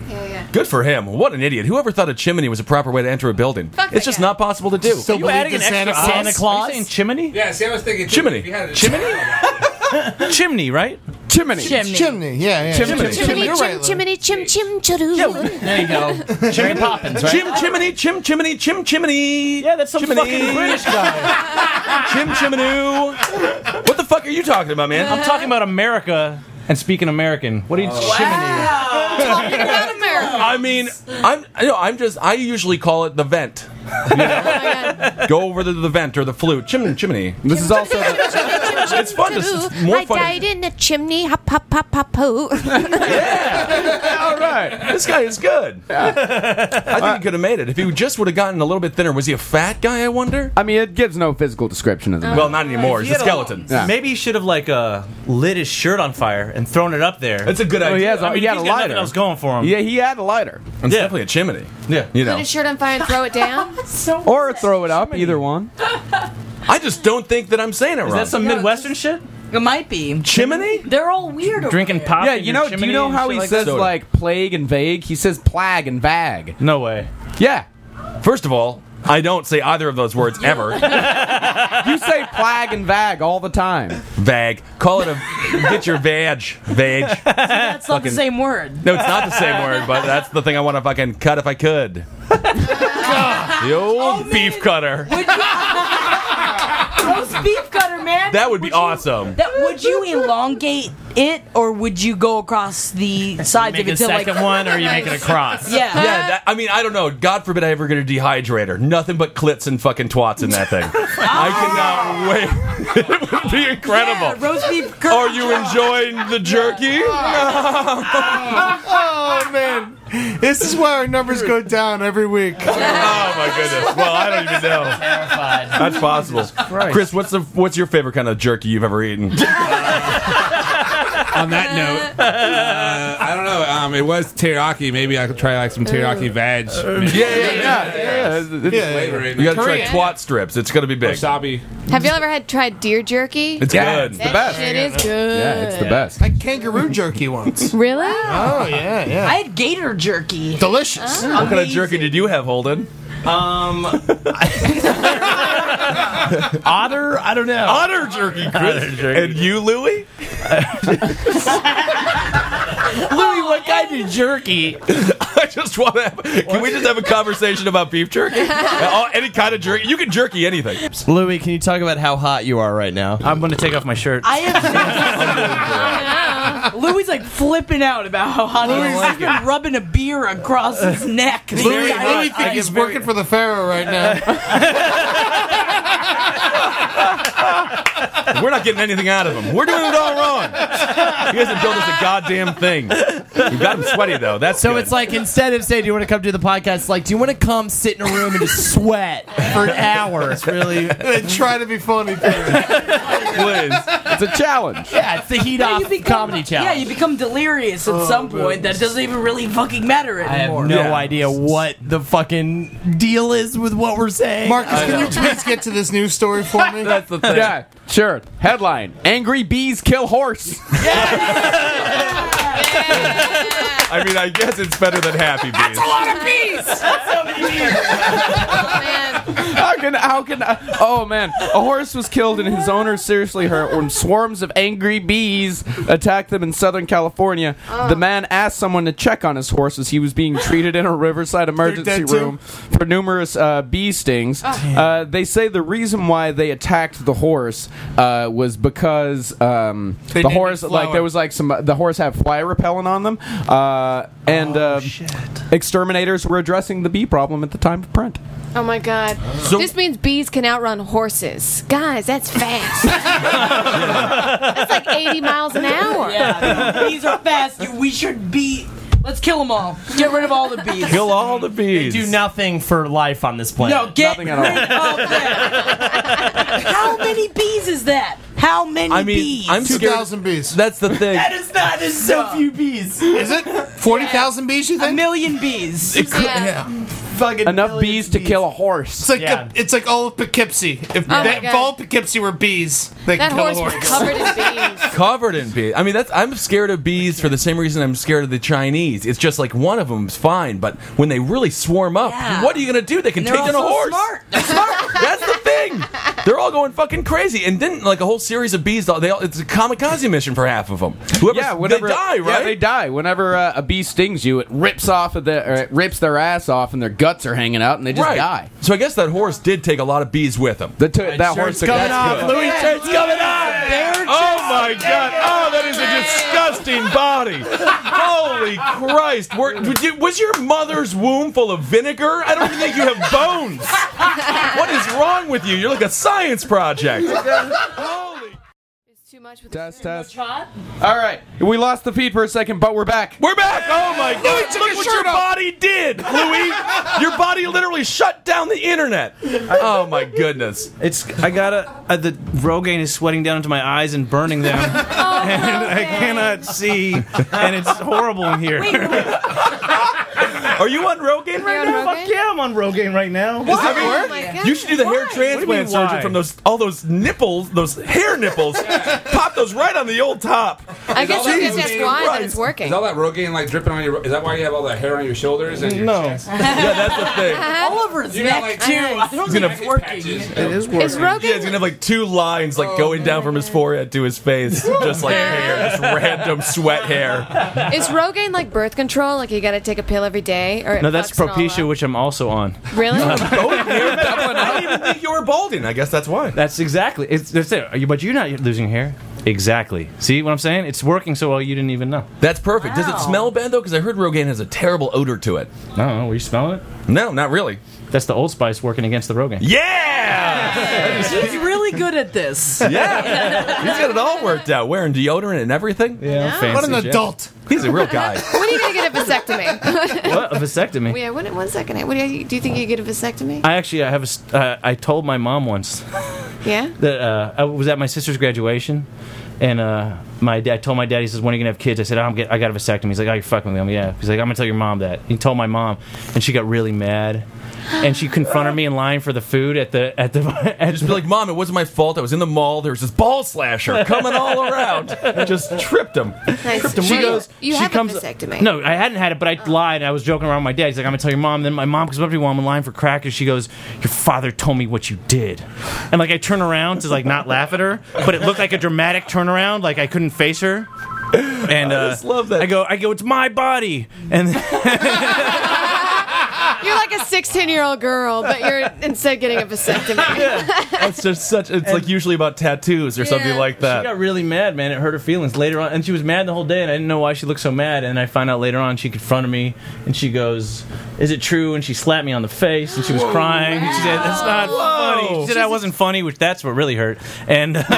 H: Good for him. What an idiot. Whoever thought a chimney was a proper way to enter a building? it's just not possible to do.
C: Are you adding an extra Santa Claus? Are you saying chimney?
A: Yeah, see, I was thinking
H: Chimney.
A: if you had it-
C: chimney, right?
L: Chimney.
G: Chimney. Chimney, yeah, yeah.
C: Chimney.
G: Chimney.
K: Chimney,
G: You're
K: chim,
G: right,
K: chimney, chim, chim, chadoo.
C: There you go. Mary Poppins, right?
H: Chim chimney, chim chimney, chim chimney.
C: Yeah, that's some
H: chimney.
C: fucking British guy.
H: Chim chiminoo. What the fuck are you talking about, man?
C: I'm talking about America Oh. and speaking American. What are you?
H: I mean, I'm I know, I'm just I usually call it the vent. You know? Go over to the vent or the flute. Chimney, chimney. This is also it's fun. This is more
K: I
H: fun.
K: died in a chimney. Hop, hop, hop, hop, hoo.
H: All right, this guy is good. I think he could have made it if he just would have gotten a little bit thinner. Was he a fat guy? I wonder.
L: I mean, it gives no physical description of the man.
H: Well, not anymore. He's a skeleton.
C: Maybe he should have like uh, lit his shirt on fire and thrown it up there.
H: That's a good idea.
C: He, has,
H: I mean,
C: he had a lighter. Nothing else going for him. Yeah,
L: he had a lighter.
H: It's definitely a chimney.
C: Yeah,
H: you
K: Put
H: know.
K: his shirt on fire and throw it down. so
L: or throw it up. Either one.
H: I just don't think that I'm saying it
C: Is
H: wrong.
C: that some Midwestern shit?
I: It might be.
H: Chimney?
I: They're all weird.
C: Drinking pop.
L: yeah, you know, do you know how he says like plague and vague? He says plag and vag.
C: No way.
L: Yeah.
H: First of all, I don't say either of those words ever.
L: you say plag and vag all the time.
H: Vag. Call it a. Get your vag. Vag.
I: That's not the
H: Fucking-
I: same word.
H: No, it's not the same word, but that's the thing I want to fucking cut if I could. the old beef cutter.
I: Roast beef cutter, man.
H: That would be awesome.
I: That would you elongate it or would you go across the sides
C: Make
I: of
C: a
I: it to like
C: second one, or you make it a cross?
I: Yeah.
H: Yeah, that, I mean, I don't know. God forbid I ever get a dehydrator. Nothing but clits and fucking twats in that thing. I cannot wait. it would be incredible.
I: roast beef curd.
H: Are you enjoying the jerky?
G: oh man, this is why our numbers go down every week.
H: Oh my goodness. Well, I don't even know. That's possible. Chris, what's the what's your favorite kind of jerky you've ever eaten?
A: on that note, uh, I don't know. Um, it was teriyaki. Maybe I could try like some teriyaki veg.
H: yeah, yeah.
A: It's flavoring.
H: You gotta try twat strips. It's gonna be big.
A: Wasabi.
K: Have y'all ever had tried deer jerky?
H: It's Oh, Yeah, good. it's the
K: That
H: best.
K: Shit is good.
L: best.
G: I had kangaroo jerky once.
K: Really?
G: Oh yeah, yeah.
I: I had gator jerky.
G: Delicious.
H: What kind of jerky did you have, Holden?
C: Um, otter. I don't know.
H: Otter jerky, Chris. And you, Louie?
J: Louis, what kind of jerky?
H: I just want to. Have, can we just have a conversation about beef jerky? Oh, Any kind of jerky. You can jerky anything.
J: Louis, can you talk about how hot you are right now? I'm going to take off my shirt.
I: I have. Louis like flipping out about how hot he
G: Louis-
I: is. He's been rubbing a beer across his neck. the
G: Louis,
I: entire
G: Louis
H: uh,
I: time.
G: think he's working for the Pharaoh right now.
H: We're not getting anything out of him. We're doing it all wrong. He hasn't built us a goddamn thing. You got him sweaty though. That's
J: So
H: good.
J: it's like instead of saying, "Do you want to come do the podcast?" It's like, "Do you want to come sit in a room and just sweat for an hour?" It's really
G: and try to be funny.
H: Please,
L: it's a challenge.
J: Yeah, it's the heat
I: Yeah,
J: off
I: you become-
J: comedy challenge.
I: Yeah, you become delirious at
J: Oh,
I: some
J: man.
I: point. That doesn't even really fucking matter
J: I have
I: anymore.
J: no idea what the fucking deal is with what we're saying.
G: Marcus, can you please get to this news story for me? That's
J: the
G: thing.
L: Yeah, sure. Headline: Angry bees kill horse.
H: I mean, I guess it's better than happy bees.
M: That's a lot of bees. That's so many
K: Oh,
L: How can how can oh man? A horse was killed and his owner seriously hurt when swarms of angry bees attacked them in Southern California.
G: Uh.
L: The man asked someone to check on his horse as he was being treated in a Riverside emergency
G: dead too? Ah.
L: room for numerous uh, bee stings. Uh, they say the reason why they attacked the horse uh, was because um, the
G: needed
L: horse like
G: flour.
L: there was like some the horse had fly repellent on them, uh, and
G: Oh,
L: uh, exterminators were addressing the bee problem at the time of print.
K: Oh my god.
L: So-
K: this means bees can outrun horses. Guys, that's fast. that's like 80 miles an hour.
I: Yeah, bees are fast. You- We should be. Let's kill them all. Get rid of all the bees.
J: Kill
H: all the bees.
J: They do nothing for life on this planet.
I: No, get rid of them. How many bees is that? How many
H: I mean,
I: bees?
H: I'm scared.
G: bees.
H: That's the thing.
I: That is not as so few bees.
G: Is it? 40,000 bees, you think? A
I: million bees.
G: It could,
I: Yeah.
G: yeah.
L: enough bees to kill a horse.
G: It's like
L: Yeah.
G: a, it's like all of Poughkeepsie. If,
K: my
G: that,
K: God.
G: if all of Poughkeepsie were bees, they
K: That
G: could kill
K: horse
G: a
K: was
G: horse.
K: covered in bees.
H: covered in bees. I mean, that's I'm scared of bees for the same reason I'm scared of the Chinese. It's just like one of them's fine, but when they really swarm up, what are you gonna do? They can
M: They're
H: take
M: all
H: down
M: so
H: a horse.
M: smart.
H: They're smart. that's the thing. They're all going fucking crazy, and then like a whole series of bees. They all, it's a kamikaze mission for half of them. Whoever
L: yeah,
H: whatever,
L: whenever
H: they die,
L: Yeah,
H: right?
L: they die. Whenever uh, a bee stings you, it rips off of the, or it rips their ass off, and their guts are hanging out, and they just
H: right.
L: die.
H: So I guess that horse did take a lot of bees with him.
L: That, that horse took-
H: that's good.
M: Louis
J: Church coming
M: on.
H: Oh my god! Oh, that is a disgusting body. Holy Christ! Were, would you- was your mother's womb full of vinegar? I don't even think you have bones. What is wrong with you? You're like a science project.
L: Test, test. All right, we lost the feed for a second, but we're back.
H: We're back. Oh my god! Look what your body did, Louis. Your body literally shut down the internet. Oh my goodness!
C: It's I gotta uh, the Rogaine is sweating down into my eyes and burning them,
K: Oh,
C: and I cannot see, and it's horrible in here.
H: Are you on Rogaine
C: right
H: now?
C: Fuck yeah, I'm on Rogaine right now. Is
H: I mean, you should do the hair transplant
C: What do you mean,
H: surgery
C: why?
H: from those all those nipples, those hair nipples. pop those right on the old top.
K: I guess I guess
H: Jesus
K: that's why that
H: Christ.
K: it's working.
A: Is all that Rogaine like dripping on your? Is that why you have all that hair on your shoulders and your
C: No.
A: chest?
H: yeah, that's the thing.
I: All over his
A: You
I: neck
A: got, like,
I: too. I
A: He's
I: don't
A: gonna-
I: think it's working.
H: It is
I: working. Is Rogan-
H: Yeah, he's gonna have like two lines like going down from his forehead to his face, just like hair, just random sweat hair.
K: Is Rogaine like birth control? Like you got to take a pill every day? Or it
C: No, that's
K: fucks and all
C: Propecia, which I'm also on.
K: that? Really?
H: I didn't even think you were balding. I guess that's why.
C: That's exactly. It's, that's it. Are you, but you're not losing hair. Exactly. See what I'm saying? It's working so well you didn't even know.
H: That's perfect. Does it smell bad though? Because I heard Rogaine has a terrible odor to it.
C: No, were you smelling it?
H: No, not really.
C: That's the Old Spice working against the Rogaine.
H: Yeah!
I: He's really good at this.
H: Yeah, he's got it all worked out, wearing deodorant and everything.
C: Yeah, I'm
G: What an
H: fancy shit.
G: adult.
H: He's a real guy.
K: when are you going to get a vasectomy?
C: What a vasectomy.
K: yeah, when, one second. What do, you, do you think you get a vasectomy?
C: I actually I have a. st- Uh, I told my mom once
K: Yeah?
C: that uh, I was at my sister's graduation, and uh, my dad I told my dad he says when are you gonna have kids? I said I'm get, I got a vasectomy. He's like oh you're fucking with me. I'm, yeah. He's like I'm gonna tell your mom that. He told my mom, and she got really mad, and she confronted me in line for the food at the at the at
H: Just be like, Mom, it wasn't my fault. I was in the mall. There was this ball slasher coming all around. I just tripped him.
K: Nice.
C: She
K: You-
C: goes-
K: you
C: she
K: have
C: comes-
K: a vasectomy. Oh.
C: No, I hadn't had it, but I lied. I was joking around with my dad. He's like, I'm gonna tell your mom. Then my mom comes up to me while I'm in line for crackers. She goes, Your father told me what you did. And like I turn around to like not laugh at her, but it looked like a dramatic turnaround, like I couldn't face her. And uh, I just love that. I go, I go, it's my body, and
K: You're like a 16 year old girl, but you're instead getting a vasectomy.
H: That's just such. It's like usually about tattoos or something like
C: She
H: that.
C: got really mad, man. It hurt her feelings later on, and she was mad the whole day, and I didn't know why she looked so mad. And I find out later on she confronted me, and she goes, "Is it true?" And she slapped me on the face, and she was
H: Whoa.
C: crying. And she said, "That's not funny." She said, "I wasn't funny," which that's what really hurt. And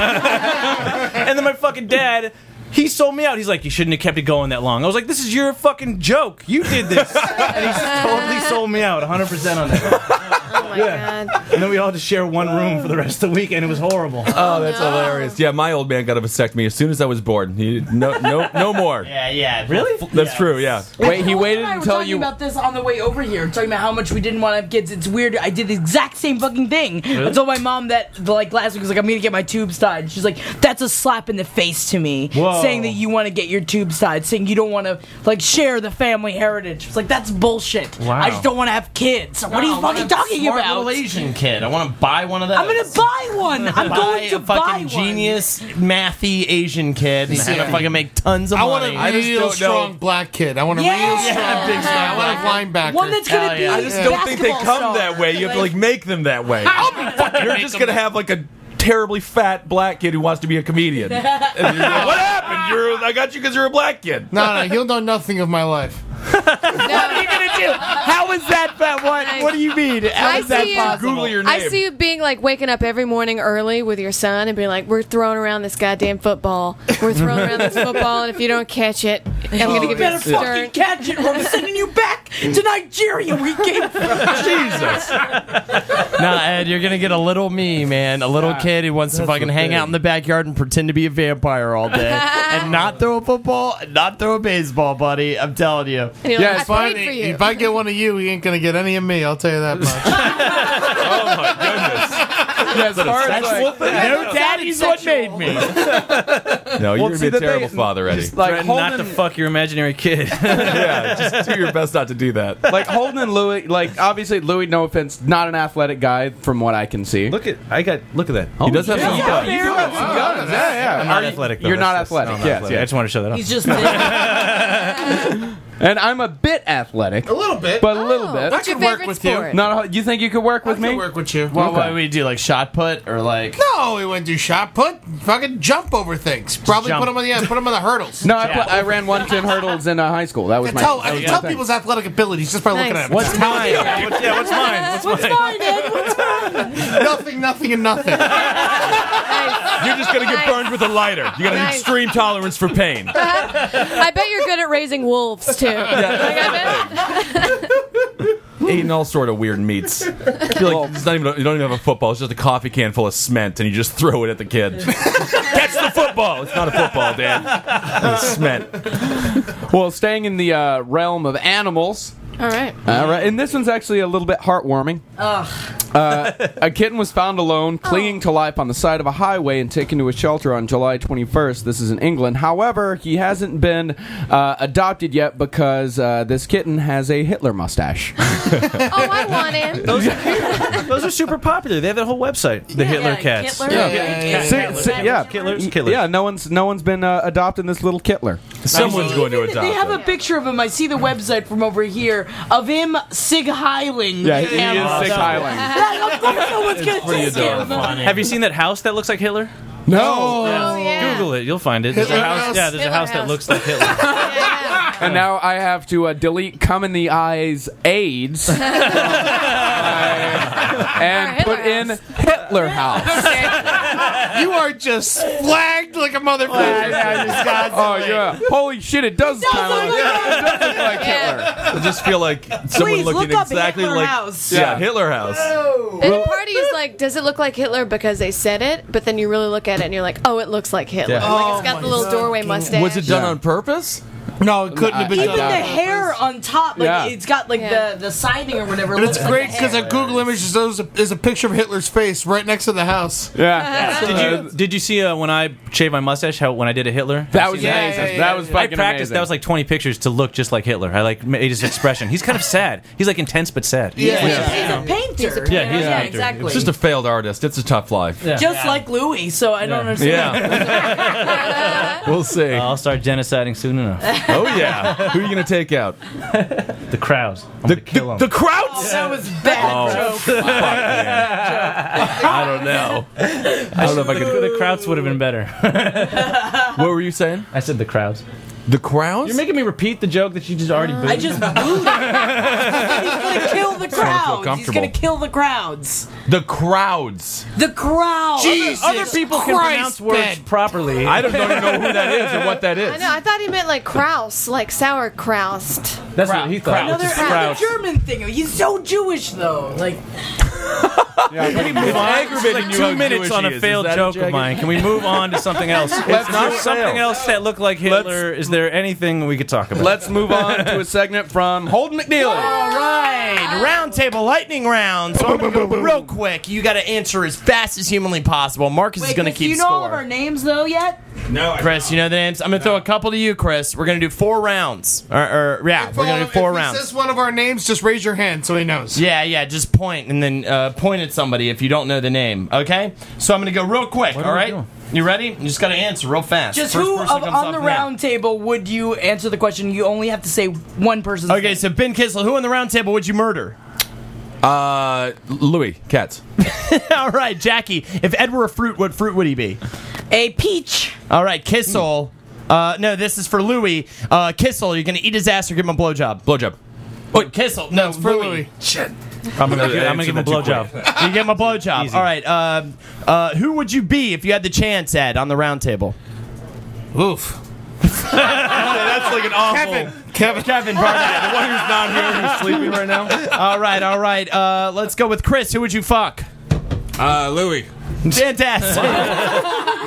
C: and then my fucking dad. He sold me out. He's like, you shouldn't have kept it going that long. I was like, this is your fucking joke. You did this. and he totally sold me out, 100% on that.
K: Oh my god.
C: And then we all had to share one room for the rest of the week, and it was horrible.
H: Oh, that's hilarious. Yeah, my old man got a vasectomy as soon as I was born. He no no no more.
C: Yeah, yeah. Really?
H: That's true. Yeah.
L: Wait, he
I: and
L: waited
I: I were talking about this on the way over here, talking about how much we didn't want to have kids. It's weird. I did the exact same fucking thing. I
M: Really?
I: told my mom that like last week I was like, I'm gonna get my tubes tied. She's like, that's a slap in the face to me,
M: Whoa.
I: saying that you want to get your tubes tied, saying you don't want to like share the family heritage. It's like that's bullshit.
C: Wow.
I: I just don't want to have kids. what are you
J: No,
I: fucking
J: I'm
I: talking
J: smart
I: about?
J: little Asian kid. I want to buy one of those.
I: I'm gonna buy one. I'm
J: Buy
I: going to
J: a fucking
I: buy one.
J: genius mathy Asian kid and have
G: Yeah.
J: him fucking make tons of
G: I want
J: money.
G: a real strong black kid. I want a
J: Yeah.
G: real strong
J: Yeah,
G: big
J: yeah.
G: I want a linebacker.
J: One that's gonna Hell yeah.
H: I just don't think they come
G: basketball
H: that way. You have to like make them that way. You're just gonna have like a terribly fat black kid who wants to be a comedian. And you're like, what happened? You're I got you because you're a black kid.
G: No, no, he'll know nothing of my life.
K: what
J: are you gonna do? How is that that what?
K: I-
J: what do you mean? How
K: I
J: is that
K: see you-
J: possible?
K: I see you being like waking up every morning early with your son and being like, "We're throwing around this goddamn football. We're throwing around this football, and if you don't catch it, I'm
I: Oh,
K: gonna give you a
I: better fucking
K: stern."
I: catch it, or I'm sending you back to Nigeria. We came from.
J: Jesus. nah, Ed, you're gonna get a little me, man. A little kid who wants to fucking hang out in the backyard and pretend to be a vampire all day, and not throw a football, and not throw a baseball, buddy. I'm telling you.
G: you're Yeah, like, it's "I fine. paid for you." If I get one of you, he ain't gonna get any of me. I'll tell you that much.
H: Yes,
G: But it's sexual thing?
J: no daddy's what made me.
H: No, you're
C: Well,
H: gonna
C: see,
H: be a
C: the
H: terrible
C: thing-
H: father, Eddie.
C: Just like not to fuck your imaginary kid.
H: yeah, just do your best not to do that.
L: like Holden and Louis, like obviously Louis, no offense, not an athletic guy from what I can see. Look
C: at I got look at that.
H: Oh,
L: he does have some guns.
H: You do have some guns. Oh, Yeah, yeah.
L: I'm
C: I'm not
L: Are you-
C: athletic. Though.
L: you're not
C: That's- that's-
L: athletic,
C: no, I'm
L: yes,
C: athletic.
L: yeah.
C: I just want to show that.
I: He's
C: off.
I: just big.
L: And I'm a bit athletic, a little bit, but a little
H: Oh.
L: bit.
G: what's I your could work favorite with you. sport?
L: No, you think you could work with me?
G: work with you.
L: Well,
G: Okay.
L: what
J: we do like shot put or like?
G: No, we wouldn't do shot put. Fucking jump over things. Probably
L: Jump.
G: put him on the yeah, put him on the hurdels.
L: No, I, pla- I ran one ten hurdles in uh, high school. That
G: I
L: was
G: can
L: my.
G: tell,
L: that
G: I
L: was
G: can
L: my
G: tell
L: thing.
G: people's athletic abilities just by looking at them.
L: What's mine?
C: Yeah, what's- yeah, what's mine? What's mine?
G: Ed? What's mine? nothing, nothing, and nothing.
H: You're just gonna get burned with a lighter. You got an
K: Nice.
H: extreme tolerance for pain.
K: I bet you're good at raising wolves too. Like, I bet-
H: Eating all sort of weird meats. You're like, it's not even you don't even have a football. It's just a coffee can full of cement, and you just throw it at the kid. Catch the football. It's not a football, Dan. It's cement.
L: Well, staying in the uh, realm of animals.
K: All right.
L: All right, and this one's actually a little bit heartwarming.
I: Ugh.
L: Uh, a kitten was found alone,
G: Oh.
L: clinging to life on the side of a highway and taken to a shelter on July 21st. This is in England. However, he hasn't been uh, adopted yet because uh, this kitten has a Hitler mustache.
K: oh, I want him.
C: Those are, those are super popular. They have that whole website, the Hitler
K: yeah,
C: Cats.
K: Hitler. Yeah, yeah,
L: Si- si- yeah,
C: Kittlers,
L: Y-
C: Kittlers.
L: Yeah, no one's no one's been uh, adopting this little Kittler.
H: Someone's going to
I: They have a picture of him. I see the website from over here of him sig heiling.
L: Yeah, he is sig heiling.
I: of course, no one's gonna take him.
C: Have you seen that house that looks like Hitler?
L: No.
K: Oh,
C: Yeah. Google it. You'll find it. There's a
L: Hitler
C: house.
L: house.
C: Yeah, there's a
L: Hitler
C: house that
L: house.
C: looks like Hitler.
L: And now I have to uh, delete "come in the eyes" AIDS and put in Hitler house.
G: you are just flagged like a motherfucker.
L: Oh yeah! Holy shit! It does kind of look, it does look like Hitler.
H: I just feel like someone
L: Please,
H: looking
L: look up
H: exactly
L: Hitler
H: like
L: House. Oh,
H: Yeah,
L: Yeah.
H: Hitler House.
K: And the party is like, does it look like Hitler because they said it? But then you really look at it and you're like, oh, it looks like Hitler.
H: Yeah.
K: Like it's got the little doorway mustache.
H: Was it done on purpose?
G: No, it couldn't have been
I: Even the
G: done.
I: hair on top, like
G: Yeah.
I: it's got like the the siding or whatever.
G: And it's
I: looks
G: great
I: like
G: because
I: hair.
G: on Google Images there's a, there's a picture of Hitler's face right next to the house.
C: Yeah. Did you did you see uh, when I shaved my mustache? How when I did a Hitler?
G: That
C: Have you
G: was
C: seen
G: amazing. Yeah, yeah, yeah.
C: I I practiced. That was like twenty pictures to look just like Hitler. I like made his expression. He's kind of sad. He's like intense but sad.
I: Yeah. He's a painter.
C: Yeah, he's
I: yeah,
C: an actor.
I: exactly.
H: It's just a failed artist. It's a tough life.
I: Just like Louis, so I don't understand.
H: we'll see.
C: I'll start genociding soon enough.
H: Oh yeah. Who are you gonna take out?
C: the crowds. I'm the, gonna kill them.
H: The Krauts.
I: that was bad
H: Oh,
I: joke.
H: I don't know. I don't know if I could.
C: The Krauts would have been better.
H: what were you saying?
C: I said the crowds.
H: The crowds. You're
C: making me repeat the joke that you just already.
I: I just booed it. He's gonna kill the crowds. He's gonna
H: comfortable.
I: kill the crowds.
H: The crowds.
I: The crowds.
H: Jesus
I: other people
H: can pronounce words Ben.
C: properly.
H: I don't even know who that is or what that
K: I
H: is.
K: know. I thought he meant like Kraus, like sauerkraut.
C: That's what he thought.
I: Another, another German thing. He's so Jewish though. Like
C: Can we move on?
H: aggravating
C: It's
H: you how
C: like two minutes
H: Jewish
C: on
H: he
C: a
H: is. Is
C: failed
H: that a
C: joke of
H: jagged-
C: mine. Can we move on to something else?
L: Let's
C: it's not
L: do it.
C: something else that looked like Hitler. Is there anything we could talk about?
L: Let's move on to a segment from Holden McNeely.
J: All right, round table lightning round. So I'm gonna go real quick. You got to answer as fast as humanly possible. Marcus is
I: Wait,
J: gonna
I: Chris,
J: keep
I: do you know all of
J: score.
I: our names though yet?
J: No, Chris, you know the names. I'm gonna throw a couple to you, Chris. We're gonna do four rounds. Or, or yeah, we're gonna do
G: If
J: four
G: he
J: rounds.
G: says one of our names, just raise your hand so he knows.
J: Yeah, yeah. Just point and then uh, point at somebody if you don't know the name. Okay. So I'm gonna go real quick. all right. You ready? You just gotta answer real fast.
I: Just
J: First
I: who
J: person
I: of,
J: comes
I: on
J: off
I: the
J: net.
I: round table would you answer the question? You only have to say one person's
J: Okay, so Ben Kissel, who on the round table would you murder?
H: Uh, Louis Katz.
J: all right, Jackie. If Ed were a fruit, what fruit would he be?
I: A peach.
J: All right, Kissel. Uh, no, this is for Louis. Uh, Kissel, you're gonna eat his ass or give him a blowjob.
H: Blowjob.
J: Wait, Kissel. No, it's for Louis.
G: Shit.
C: I'm gonna, I'm gonna give him a blowjob.
J: you give him a blowjob. All right. Uh, uh, who would you be if you had the chance, Ed, on the round table?
G: Oof.
H: That's like an awful.
J: Kevin, Kevin Barnett,
H: the one who's not here, who's sleeping right now.
J: All right, all right. Uh, let's go with Chris. Who would you fuck?
A: Uh, Louis.
J: Fantastic.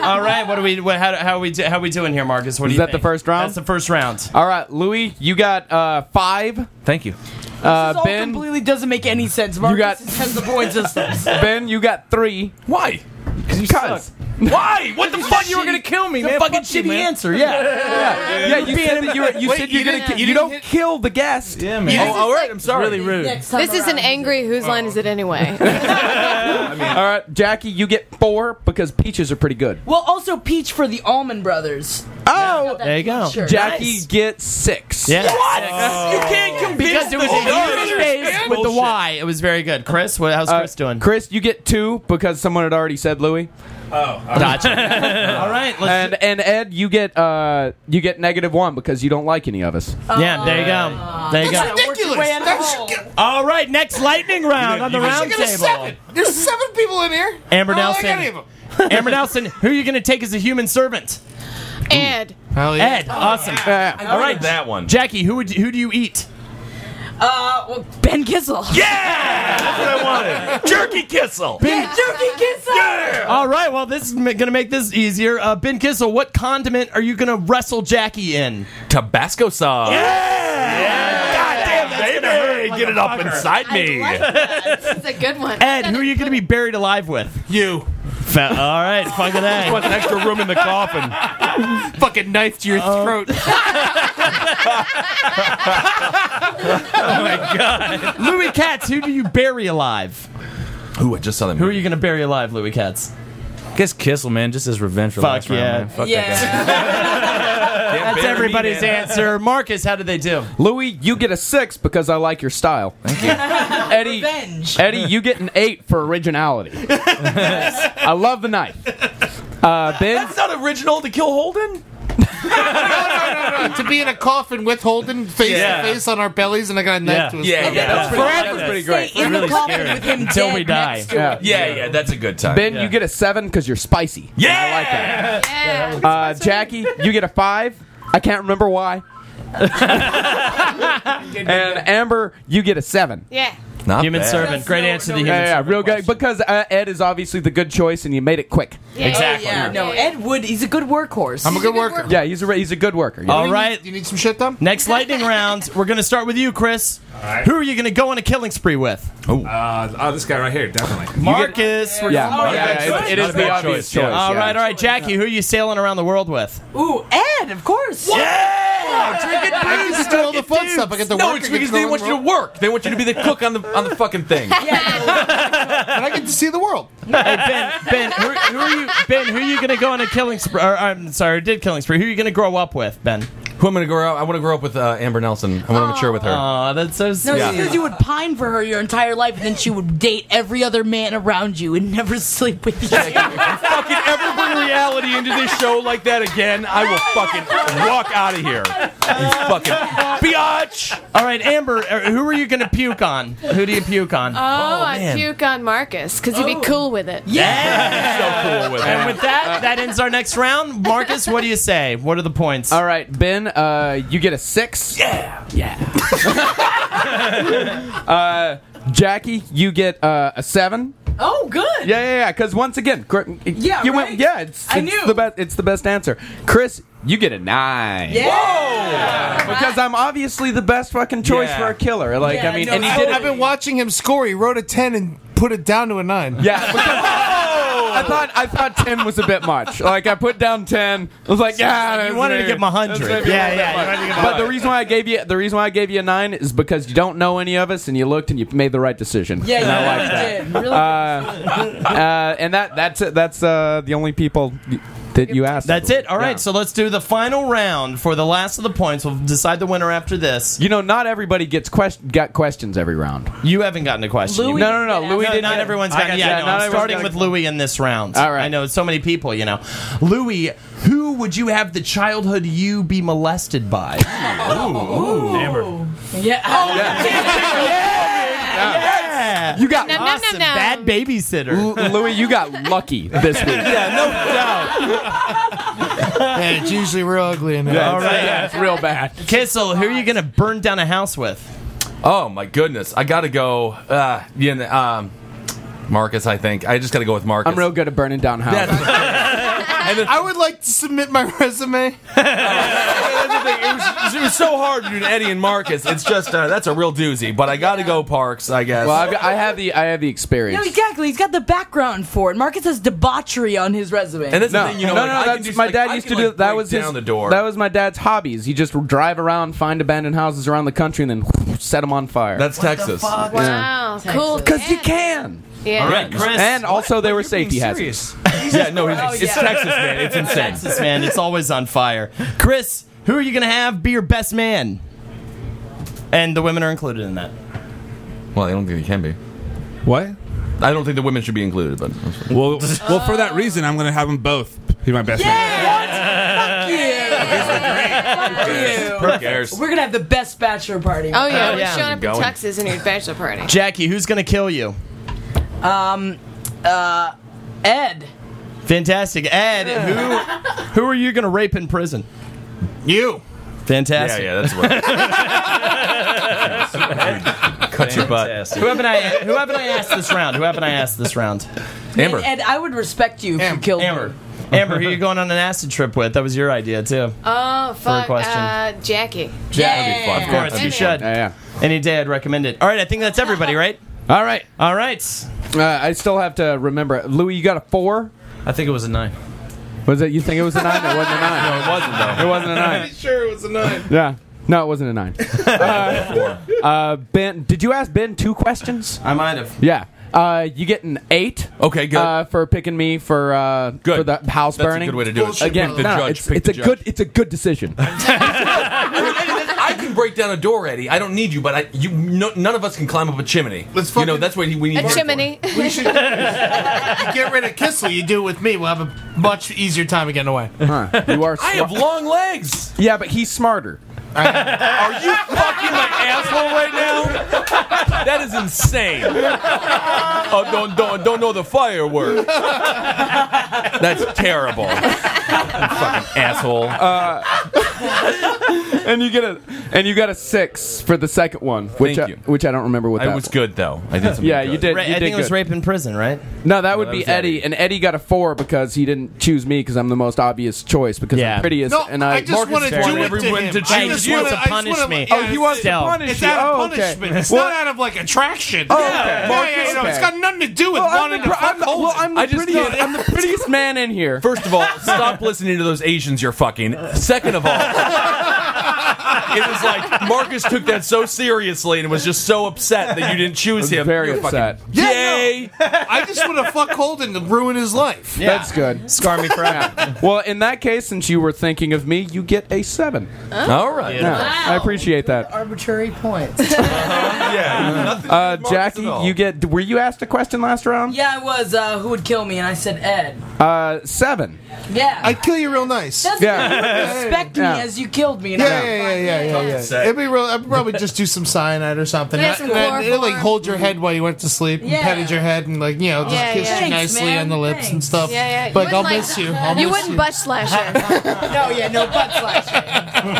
J: all right. What do we? What, how, how we? do- How we doing here, Marcus? What do
L: Is
J: you
L: that the
J: think?
L: first round?
J: That's the first round.
L: All right, Louis, you got uh, five.
C: Thank you.
I: this
L: Uh,
I: all
L: ben,
I: completely doesn't make any sense. Marcus you
L: got-
I: has the point systems.
L: Ben, you got three.
H: Why?
L: Because you suck.
H: Why? What the fuck? You were
I: gonna
H: kill me,
I: It's a
H: man.
I: fucking
H: Fuck you,
I: shitty
H: man.
I: answer. Yeah.
L: Yeah, yeah, you said that you, were, you
G: Wait,
L: said
G: you
L: you're gonna.
G: didn't-
L: ki-
G: you
L: you
G: didn't
L: don't kill the guest.
C: Yeah,
H: Oh,
C: man.
H: all right. I'm sorry.
C: Really rude.
K: This is an angry whose line is it anyway?
L: All right, Jackie, you get four because peaches are pretty good.
I: Well, also peach for the Almond Brothers.
L: Oh,
J: There you go.
I: Sure.
L: Jackie
I: Nice.
L: gets six. Oh.
J: Yeah.
H: What? You can't convince
J: Because it was
H: the
J: a huge
H: judge.
J: face with the Y. It was very good. Chris, what, how's
L: Uh,
J: Chris doing?
L: Chris, you get two because someone had already said Louis.
J: Gotcha. all right.
L: And
J: Let's,
L: and Ed, you get uh you get negative one because you don't like any of us.
J: yeah. There you go. There you
G: That's
J: go.
G: ridiculous.
I: way out of
G: That
I: the
G: should
I: hole.
G: get-
J: All right. Next lightning round on the
G: I should
J: round
G: get a
J: table.
G: seven. There's seven people in here.
J: Amber
G: I don't like
J: Nelson.
G: any of them.
J: Amber Nelson, who are you going to take as a human servant?
K: Ed,
G: Hell
H: Oh,
G: yeah.
J: Ed. Awesome.
L: Yeah.
H: All right, that one.
J: Jackie, who would you, who do you eat?
I: Uh, well, Ben Kissel. Yeah.
H: That's what I wanted. Jerky Kissel.
I: Jerky Kissel.
J: All right, well, this is going to make this easier. Uh, ben Kissel, what condiment are you going to wrestle Jackie in?
H: Tabasco sauce. Yeah. Goddamn, baby. Get it up inside me.
K: this is a good one.
J: Ed, who are you going to be buried alive with?
G: You.
J: Fe- All right, fucking A.
H: an extra room in the coffin.
G: Fucking knife to your throat.
J: Louis Katz, who do you bury alive?
H: Ooh, I just saw that
J: Who are you going to bury alive, Louis Katz?
C: Guess Kissel, man, just as revenge for last
J: Fuck
C: round.
J: yeah.
C: man. Fuck
I: Yeah.
J: That's everybody's answer. Marcus, how did they do?
L: Louis, you get a six because I like your style. Thank you. Eddie,
I: Revenge.
L: Eddie, you get an eight for originality. I love the knife. Uh, ben,
H: That's not original to kill Holden.
G: no, no, to be in a coffin with Holden face
H: Yeah.
G: to face on our bellies and I got a knife to his
H: Yeah,
G: throat.
H: yeah, that's pretty-
G: Forever.
H: that's pretty
I: Stay in the coffin with him
J: Until
I: dead
J: we die.
I: next to
L: Yeah.
I: him.
H: Yeah, yeah, that's a good time.
L: ben, you get a seven because you're spicy.
H: yeah,
L: I like that.
K: Yeah.
L: Uh, Jackie, you get a five. I can't remember why. and Amber, you get a seven.
K: yeah.
L: Not
J: Human bad. servant. Great answer to the human
L: yeah, yeah, real good. Because uh, Ed is obviously the good choice, and you made it quick.
I: Yeah,
J: Oh,
I: Exactly. Oh, yeah, yeah. No, Ed Wood. He's a good workhorse.
J: I'm a good worker.
L: Yeah, he's a re- he's a good worker.
G: Oh,
L: yeah.
J: All right. You need some shit done? Next lightning round. We're going to start with you, Chris. All right. Who are you going to go on a killing spree with?
A: Oh, uh, oh this guy right here, definitely.
J: Marcus. We're
A: Yeah.
J: going with
A: Yeah,
J: Marcus.
A: yeah, it- it is Not a the bad obvious choice, choice,
J: All
A: yeah.
J: right, all right. Jackie, who are you sailing around the world with?
I: Ooh, Ed, of course.
J: Yeah, drinking
I: I
J: booze,
I: get
J: to do all the fun stuff. I get to
H: no,
J: work,
H: it's
J: I get
H: because
J: to
H: they
J: go
H: want
J: on
H: you to work. They want you to be the cook on the on the fucking thing.
J: and I get to see the world. Hey, ben, Ben, who, who are you? Ben, who are you going to go on a killing spree? Or, I'm sorry, did killing spree? Who are you going to grow up with, Ben?
H: Who am I going to grow up? I want to grow up with uh, Amber Nelson. I want to mature with her.
J: Oh, that's so
I: No,
H: sweet.
I: it's because you would pine for her your entire life, and then she would date every other man around you and never sleep with you.
H: fucking ever bring reality into this show like that again, I will fucking walk out of here. You fucking biatch.
J: All right, Amber, er, who are you going to puke on? Who do you puke on?
K: Oh, I puke on Marcus because he'd be cool with it.
J: Yeah,
H: so cool with
J: and
L: that.
J: with that, that ends our next round. Marcus, what do you say? What are the points?
L: All right, Ben, uh, you get a six. Yeah, yeah. uh, Jackie, you get uh, a seven.
I: Oh, good.
L: Yeah, yeah, yeah. Because once again, cor-
I: Yeah,
L: you
I: right?
L: went. Yeah, it's,
I: I
L: it's
I: knew.
L: the best. It's the best answer. Chris, you get a nine.
I: Yeah.
L: Whoa! Because I'm obviously the best fucking choice
G: Yeah.
L: for a killer. Like, I mean, and he did
G: I've been watching him score. He wrote a ten and put it down to a nine.
L: Yeah. I thought I thought ten was a bit much. Like I put down ten. I was like, yeah.
J: You
L: that's
J: wanted to
L: maybe-
J: give him a hundred.
L: that's maybe
J: Yeah,
L: a little
J: yeah,
L: bit
J: you
L: much.
J: wanted to give him
L: But
J: a
L: the
J: hundred.
L: reason why I gave you the reason why I gave you a nine is because you don't know any of us, and you looked and you made the right decision.
I: Yeah,
L: and
I: you
L: I like
I: really
L: that.
I: did. Really
L: Uh, uh, and that that's it. That's uh, the only people that you asked.
J: That's it. All right,
L: Yeah.
J: so let's do the final round for the last of the points. We'll decide the winner after this.
L: You know, not everybody gets question got questions every round.
J: You haven't gotten a question.
L: Louis No, no, no, didn't Louis ask. didn't
J: Not
L: get-
J: everyone's
L: I
J: gotten.
L: got-
J: Yeah,
L: yeah,
J: no,
L: not
J: I'm
L: everyone's
J: starting
L: got
J: with
L: a-
J: Louis in this round. All right. I know it's so many people. You know, Louis, who would you have the childhood you be molested by? Ooh, Amber.
I: Yeah. Oh, yeah.
L: You got
J: Nom, nom, lost nom, and nom. bad babysitter.
L: Louis, you got lucky this week.
J: yeah, no doubt.
G: Yeah, it's usually real ugly in there.
J: All right.
L: real bad.
J: Kissel, who are you going to burn down a house with?
H: Oh my goodness, I gotta go. Uh, you know, um, Marcus, I think I just gotta go with Marcus.
L: I'm real good at burning down houses.
G: I would like to submit my resume.
H: That's the thing, It was, it was so hard between Eddie and Marcus. It's just uh, that's a real doozy. But I gotta go Parks, I guess.
L: Well, I've, I have the I have the experience.
I: No, exactly. He's got the background for it. Marcus has debauchery on his resume.
H: And that's the
L: no,
H: thing, you know,
L: no,
H: like,
L: no,
H: I can
L: that's
H: do-
L: my
H: like,
L: dad
H: I
L: used to
H: can,
L: do.
H: like,
L: that
H: break
L: was his,
H: down the door.
L: That was my dad's hobbies. He just would drive around, find abandoned houses around the country, and then set them on fire.
H: That's What the Texas. fuck?
K: Wow, cool.
L: Because you can.
K: Yeah.
L: All right, Chris. And also, they were safety hazards.
H: yeah, no, it's, it's
J: yeah.
H: Texas, man. It's insane.
J: Texas, man, it's always on fire. Chris, who are you going to have be your best man? And the women are included in that.
H: Well, I don't think it can be.
A: What?
H: I don't think the women should be included, but
A: well, well, for that reason, I'm going to have them both be my best man.
H: Who cares?
I: We're gonna have the best bachelor party.
K: Oh yeah, we're showing up
J: Going.
K: in Texas and your bachelor party.
J: Jackie, who's going to kill you?
I: Um, uh, Ed.
J: Fantastic. Ed, who who are you going to rape in prison? You. Fantastic.
H: Yeah, yeah, that's what. Cut your butt.
J: who haven't I who haven't I asked this round? Who haven't I asked this round?
I: Man, Ed, I would respect you if you killed Amber.
J: Amber, who are you going on an acid trip with? That was your idea too.
K: Oh fuck,
J: question.
K: uh, Jackie.
J: Of course, you should.
L: Uh,
J: Any day I'd recommend it. All right, I think that's everybody, right?
L: All right.
J: All right.
L: Uh, I still have to remember. Louis, you got a four.
C: I think it was a nine.
L: Was it? You think it was a nine? It wasn't a nine.
H: No, it wasn't though.
L: It wasn't a nine.
G: sure, it was a nine.
L: Yeah. No, it wasn't a nine. Uh, uh, ben, did you ask Ben two questions?
J: I might have.
L: Yeah. Uh, you get an eight.
H: Okay, Oh, good.
L: Uh, for picking me for uh, good. for the house
H: That's a
L: burning.
H: good way to do it. Bullshit,
L: Again,
H: bro. Pick the
L: no,
H: judge,
L: it's,
H: pick
L: it's
H: the
L: a good it's a good decision.
H: I can break down a door, Eddie. I don't need you, but I you no, none of us can climb up a chimney. Let's you know that's what he- we need.
K: A chimney.
G: We should get rid of Kissel. You do it with me. We'll have a much easier time of getting away.
L: Huh. You are.
H: I have long legs.
L: Yeah, but he's smarter.
H: Are you fucking my asshole right now? That is insane. Oh, don't don't don't know the fire word. That's terrible. You fucking asshole.
L: Uh, and you get a and you got a six for the second one, which I, which I don't remember what
H: I
L: that
H: was good though. I did something
L: yeah,
H: good.
L: you did.
J: Ra-
L: you
J: I
L: did
J: think it was
L: good.
J: rape in prison, right?
L: No, that would
J: that
L: be
J: was
L: Eddie, and Eddie got a four because he didn't choose me because I'm the most obvious choice because I'm prettiest.
J: No,
L: and I,
J: I just wanna do it to
L: everyone
J: him.
L: to
J: I
L: choose
J: just
L: you
J: wanna- I just wanna-
L: oh,
J: yeah,
L: he wants to
J: still.
L: punish
M: It's
L: you.
M: out
L: oh,
M: of
L: okay.
M: punishment. It's
L: Well,
M: not out of like attraction.
L: Oh, okay.
M: yeah,
L: Mark,
M: yeah, yeah, no,
L: okay.
M: it's got nothing to do with
L: Well, I'm
M: wanting
L: the
M: to
L: pro-
M: fuck
L: I'm the- well,
M: Holden.
L: I'm the prettiest- I'm the prettiest man in here.
H: First of all, stop listening to those Asians you're fucking. Second of all, it was like Marcus took that so seriously and was just so upset that you didn't choose him.
L: very
H: You're fucking-
L: upset.
H: Yay!
M: I just want to fuck Holden to ruin his life.
L: That's good.
J: Scar me forever.
L: well, in that case, since you were thinking of me, you get a seven.
I: Oh.
L: All right.
I: Beautiful.
L: Yeah, I appreciate that.
I: Arbitrary points.
L: Uh, Jackie, you get. Were you asked a question last round?
I: yeah, I was. Uh, who would kill me? And I said Ed.
L: Uh, seven.
I: Yeah.
G: I'd kill you real nice.
I: That's
L: Yeah.
I: Respect
G: Yeah.
I: me as you killed me. And
G: Yeah,
I: I'm
G: yeah, yeah,
I: fine.
G: yeah, yeah, yeah.
I: Sick.
G: It'd be real. I'd probably just do some cyanide or something.
I: Yeah, some
G: And then it'd, like
I: chloroform.
G: hold your head while you went to sleep, and
K: Yeah.
G: petted your head, and like you know, just
K: Yeah,
G: kissed
K: yeah.
G: you
K: Thanks,
G: nicely
K: man.
G: on the lips and stuff.
K: Yeah, yeah. You
G: Like I'll
K: wouldn't like-
G: miss you. I'll
K: you
G: miss
K: wouldn't butt slash her.
I: no, yeah, no butt slasher.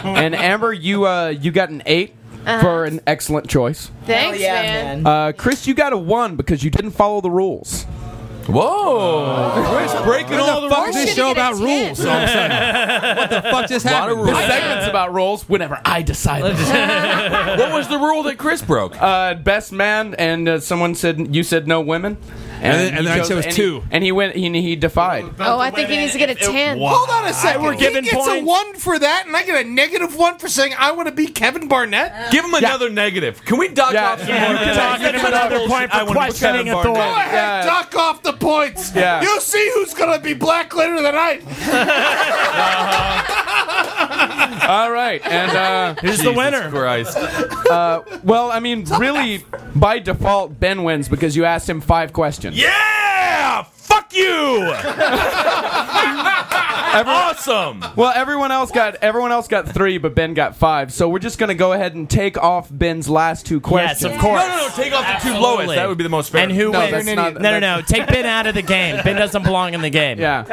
L: and Amber, you uh, you got an 8
K: Uh-huh.
L: for an excellent choice.
K: Thanks,
I: Oh, yeah,
K: man.
L: Uh, Chris, you got a one because you didn't follow the rules.
H: Whoa! Chris breaking all the
L: fuck
H: rules.
L: is this show about rules? all of a sudden? what the fuck just happened? This segment's about rules. Whenever I decided.
H: what was the rule that Chris broke?
L: Uh, best man, and uh, someone said you said no women,
A: And then-
L: he
A: and then I
L: chose-
A: chose
L: and
A: two.
L: he, and he went. He, he defied.
K: Oh, I think he needs to get a ten.
M: Hold on a second.
L: We're giving
M: he gets a
L: points.
M: one for that, and I get a negative one for saying I want to be Kevin Barnett.
H: Give him another negative. Can we dock off some more?
M: Dock
H: Give him another point for questioning authority.
M: Go ahead,
H: Yeah.
M: dock off the points.
H: Yeah.
M: You'll see who's gonna be black later tonight.
L: All right, and uh,
H: Who's the Jesus winner? Christ.
L: Uh, well, I mean, really, by default, Ben wins because you asked him five questions.
H: Yeah! Fuck you! awesome.
L: Well, everyone else got everyone else got three, but Ben got five. So we're just gonna go ahead and take off Ben's last two questions.
J: of course. No, no,
H: no, take off
J: Absolutely. And
L: And
J: who
L: no,
J: wins? no, no, no. Take Ben out of the game. Ben doesn't belong in the game.
L: Yeah. All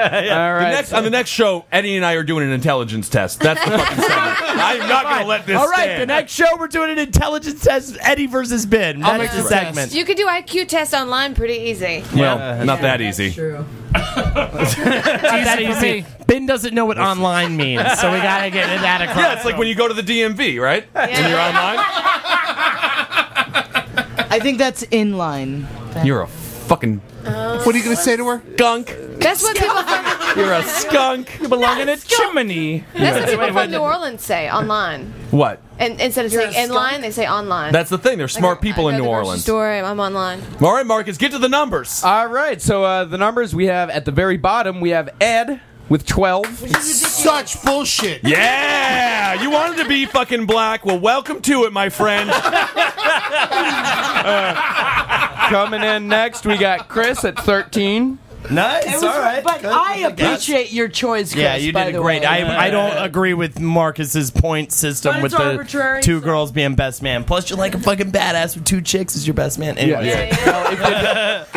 H: The next, on the next show, Eddie and I are doing an intelligence test. That's the fucking segment. I'm not going to let this
J: All right.
H: stand.
J: The next show, we're doing an intelligence test. Eddie versus Ben.
H: I'll
J: That's
H: make
J: the
H: the
J: segment.
K: You could do IQ test online pretty easy.
H: Well, not that easy.
J: It's not that easy. Ben doesn't know what online means, so we gotta get that across.
H: Yeah, it's like when you go to the DMV, right? When you're online.
I: I think that's inline.
H: You're a fucking
I: What are you gonna say to her?
H: Gunk.
K: That's what people from,
H: You're a skunk. You belong in a chimney.
K: that's what people from New Orleans say online.
H: What?
K: And instead of
H: You're
K: saying
H: a
K: in line, they say online.
H: That's the thing. There's smart people in New Orleans.
K: story. I'm online.
H: All right, Marcus, get to the numbers.
L: All right. So uh, the numbers we have at the very bottom, we have Ed with twelve.
G: Such bullshit.
H: Yeah, you wanted to be fucking black. Well, welcome to it, my friend.
L: Coming in next, we got Chris at thirteen.
J: Nice.
I: It was- But I appreciate your choice, Chris.
J: Yeah, you
I: by
J: did
I: the
J: great.
I: way.
J: I, I don't agree with Marcus's point system
I: But
J: with
I: it's
J: the
I: arbitrary,
J: two girls being best man. Plus, you're like a fucking badass with two chicks as your best man. Anyway.
L: If,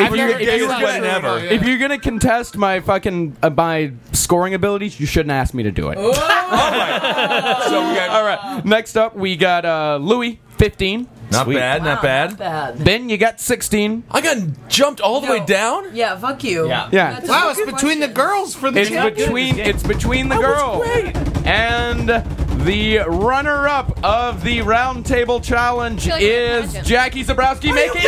L: you,
J: never dated
L: are
J: one ever.
L: gonna, if you're gonna contest my fucking uh, my scoring abilities, you shouldn't ask me to do
I: Oh.
L: it.
H: So we got
L: All right. Next up, we got uh, Louis, fifteen.
H: Not bad, not Wow, bad. not
I: bad.
L: Ben, you got sixteen.
H: I got jumped all the way down.
I: Yeah, fuck you.
L: Yeah. Yeah.
I: That's
G: Wow,
I: a
G: it's
I: good
G: between the girls for the
L: It's
G: champion.
L: between it's between the girls and the runner-up of the roundtable challenge
H: Feel like I'm
L: is Jackie Zabrowski making.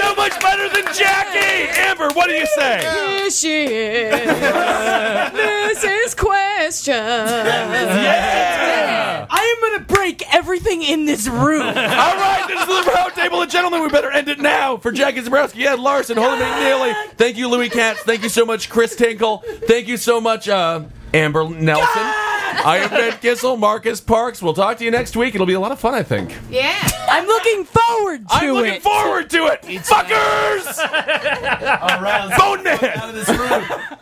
H: So much better than Jackie. Amber, what do you say?
K: Here she is. this is question.
I: I am gonna break everything in this room.
H: All right, this is the round table of gentlemen. We better end it now for Jackie Zabrowski, Ed Larson, Holden McNeely. Thank you, Louis Katz. Thank you so much, Chris Tinkle. Thank you so much, uh, Amber Nelson. I am Ben Kissel, Marcus Parks. We'll talk to you next week. It'll be a lot of fun, I think.
K: Yeah.
I: I'm looking forward to
H: I'm looking
I: it.
H: forward to it, fuckers.
I: All
H: Bonehead.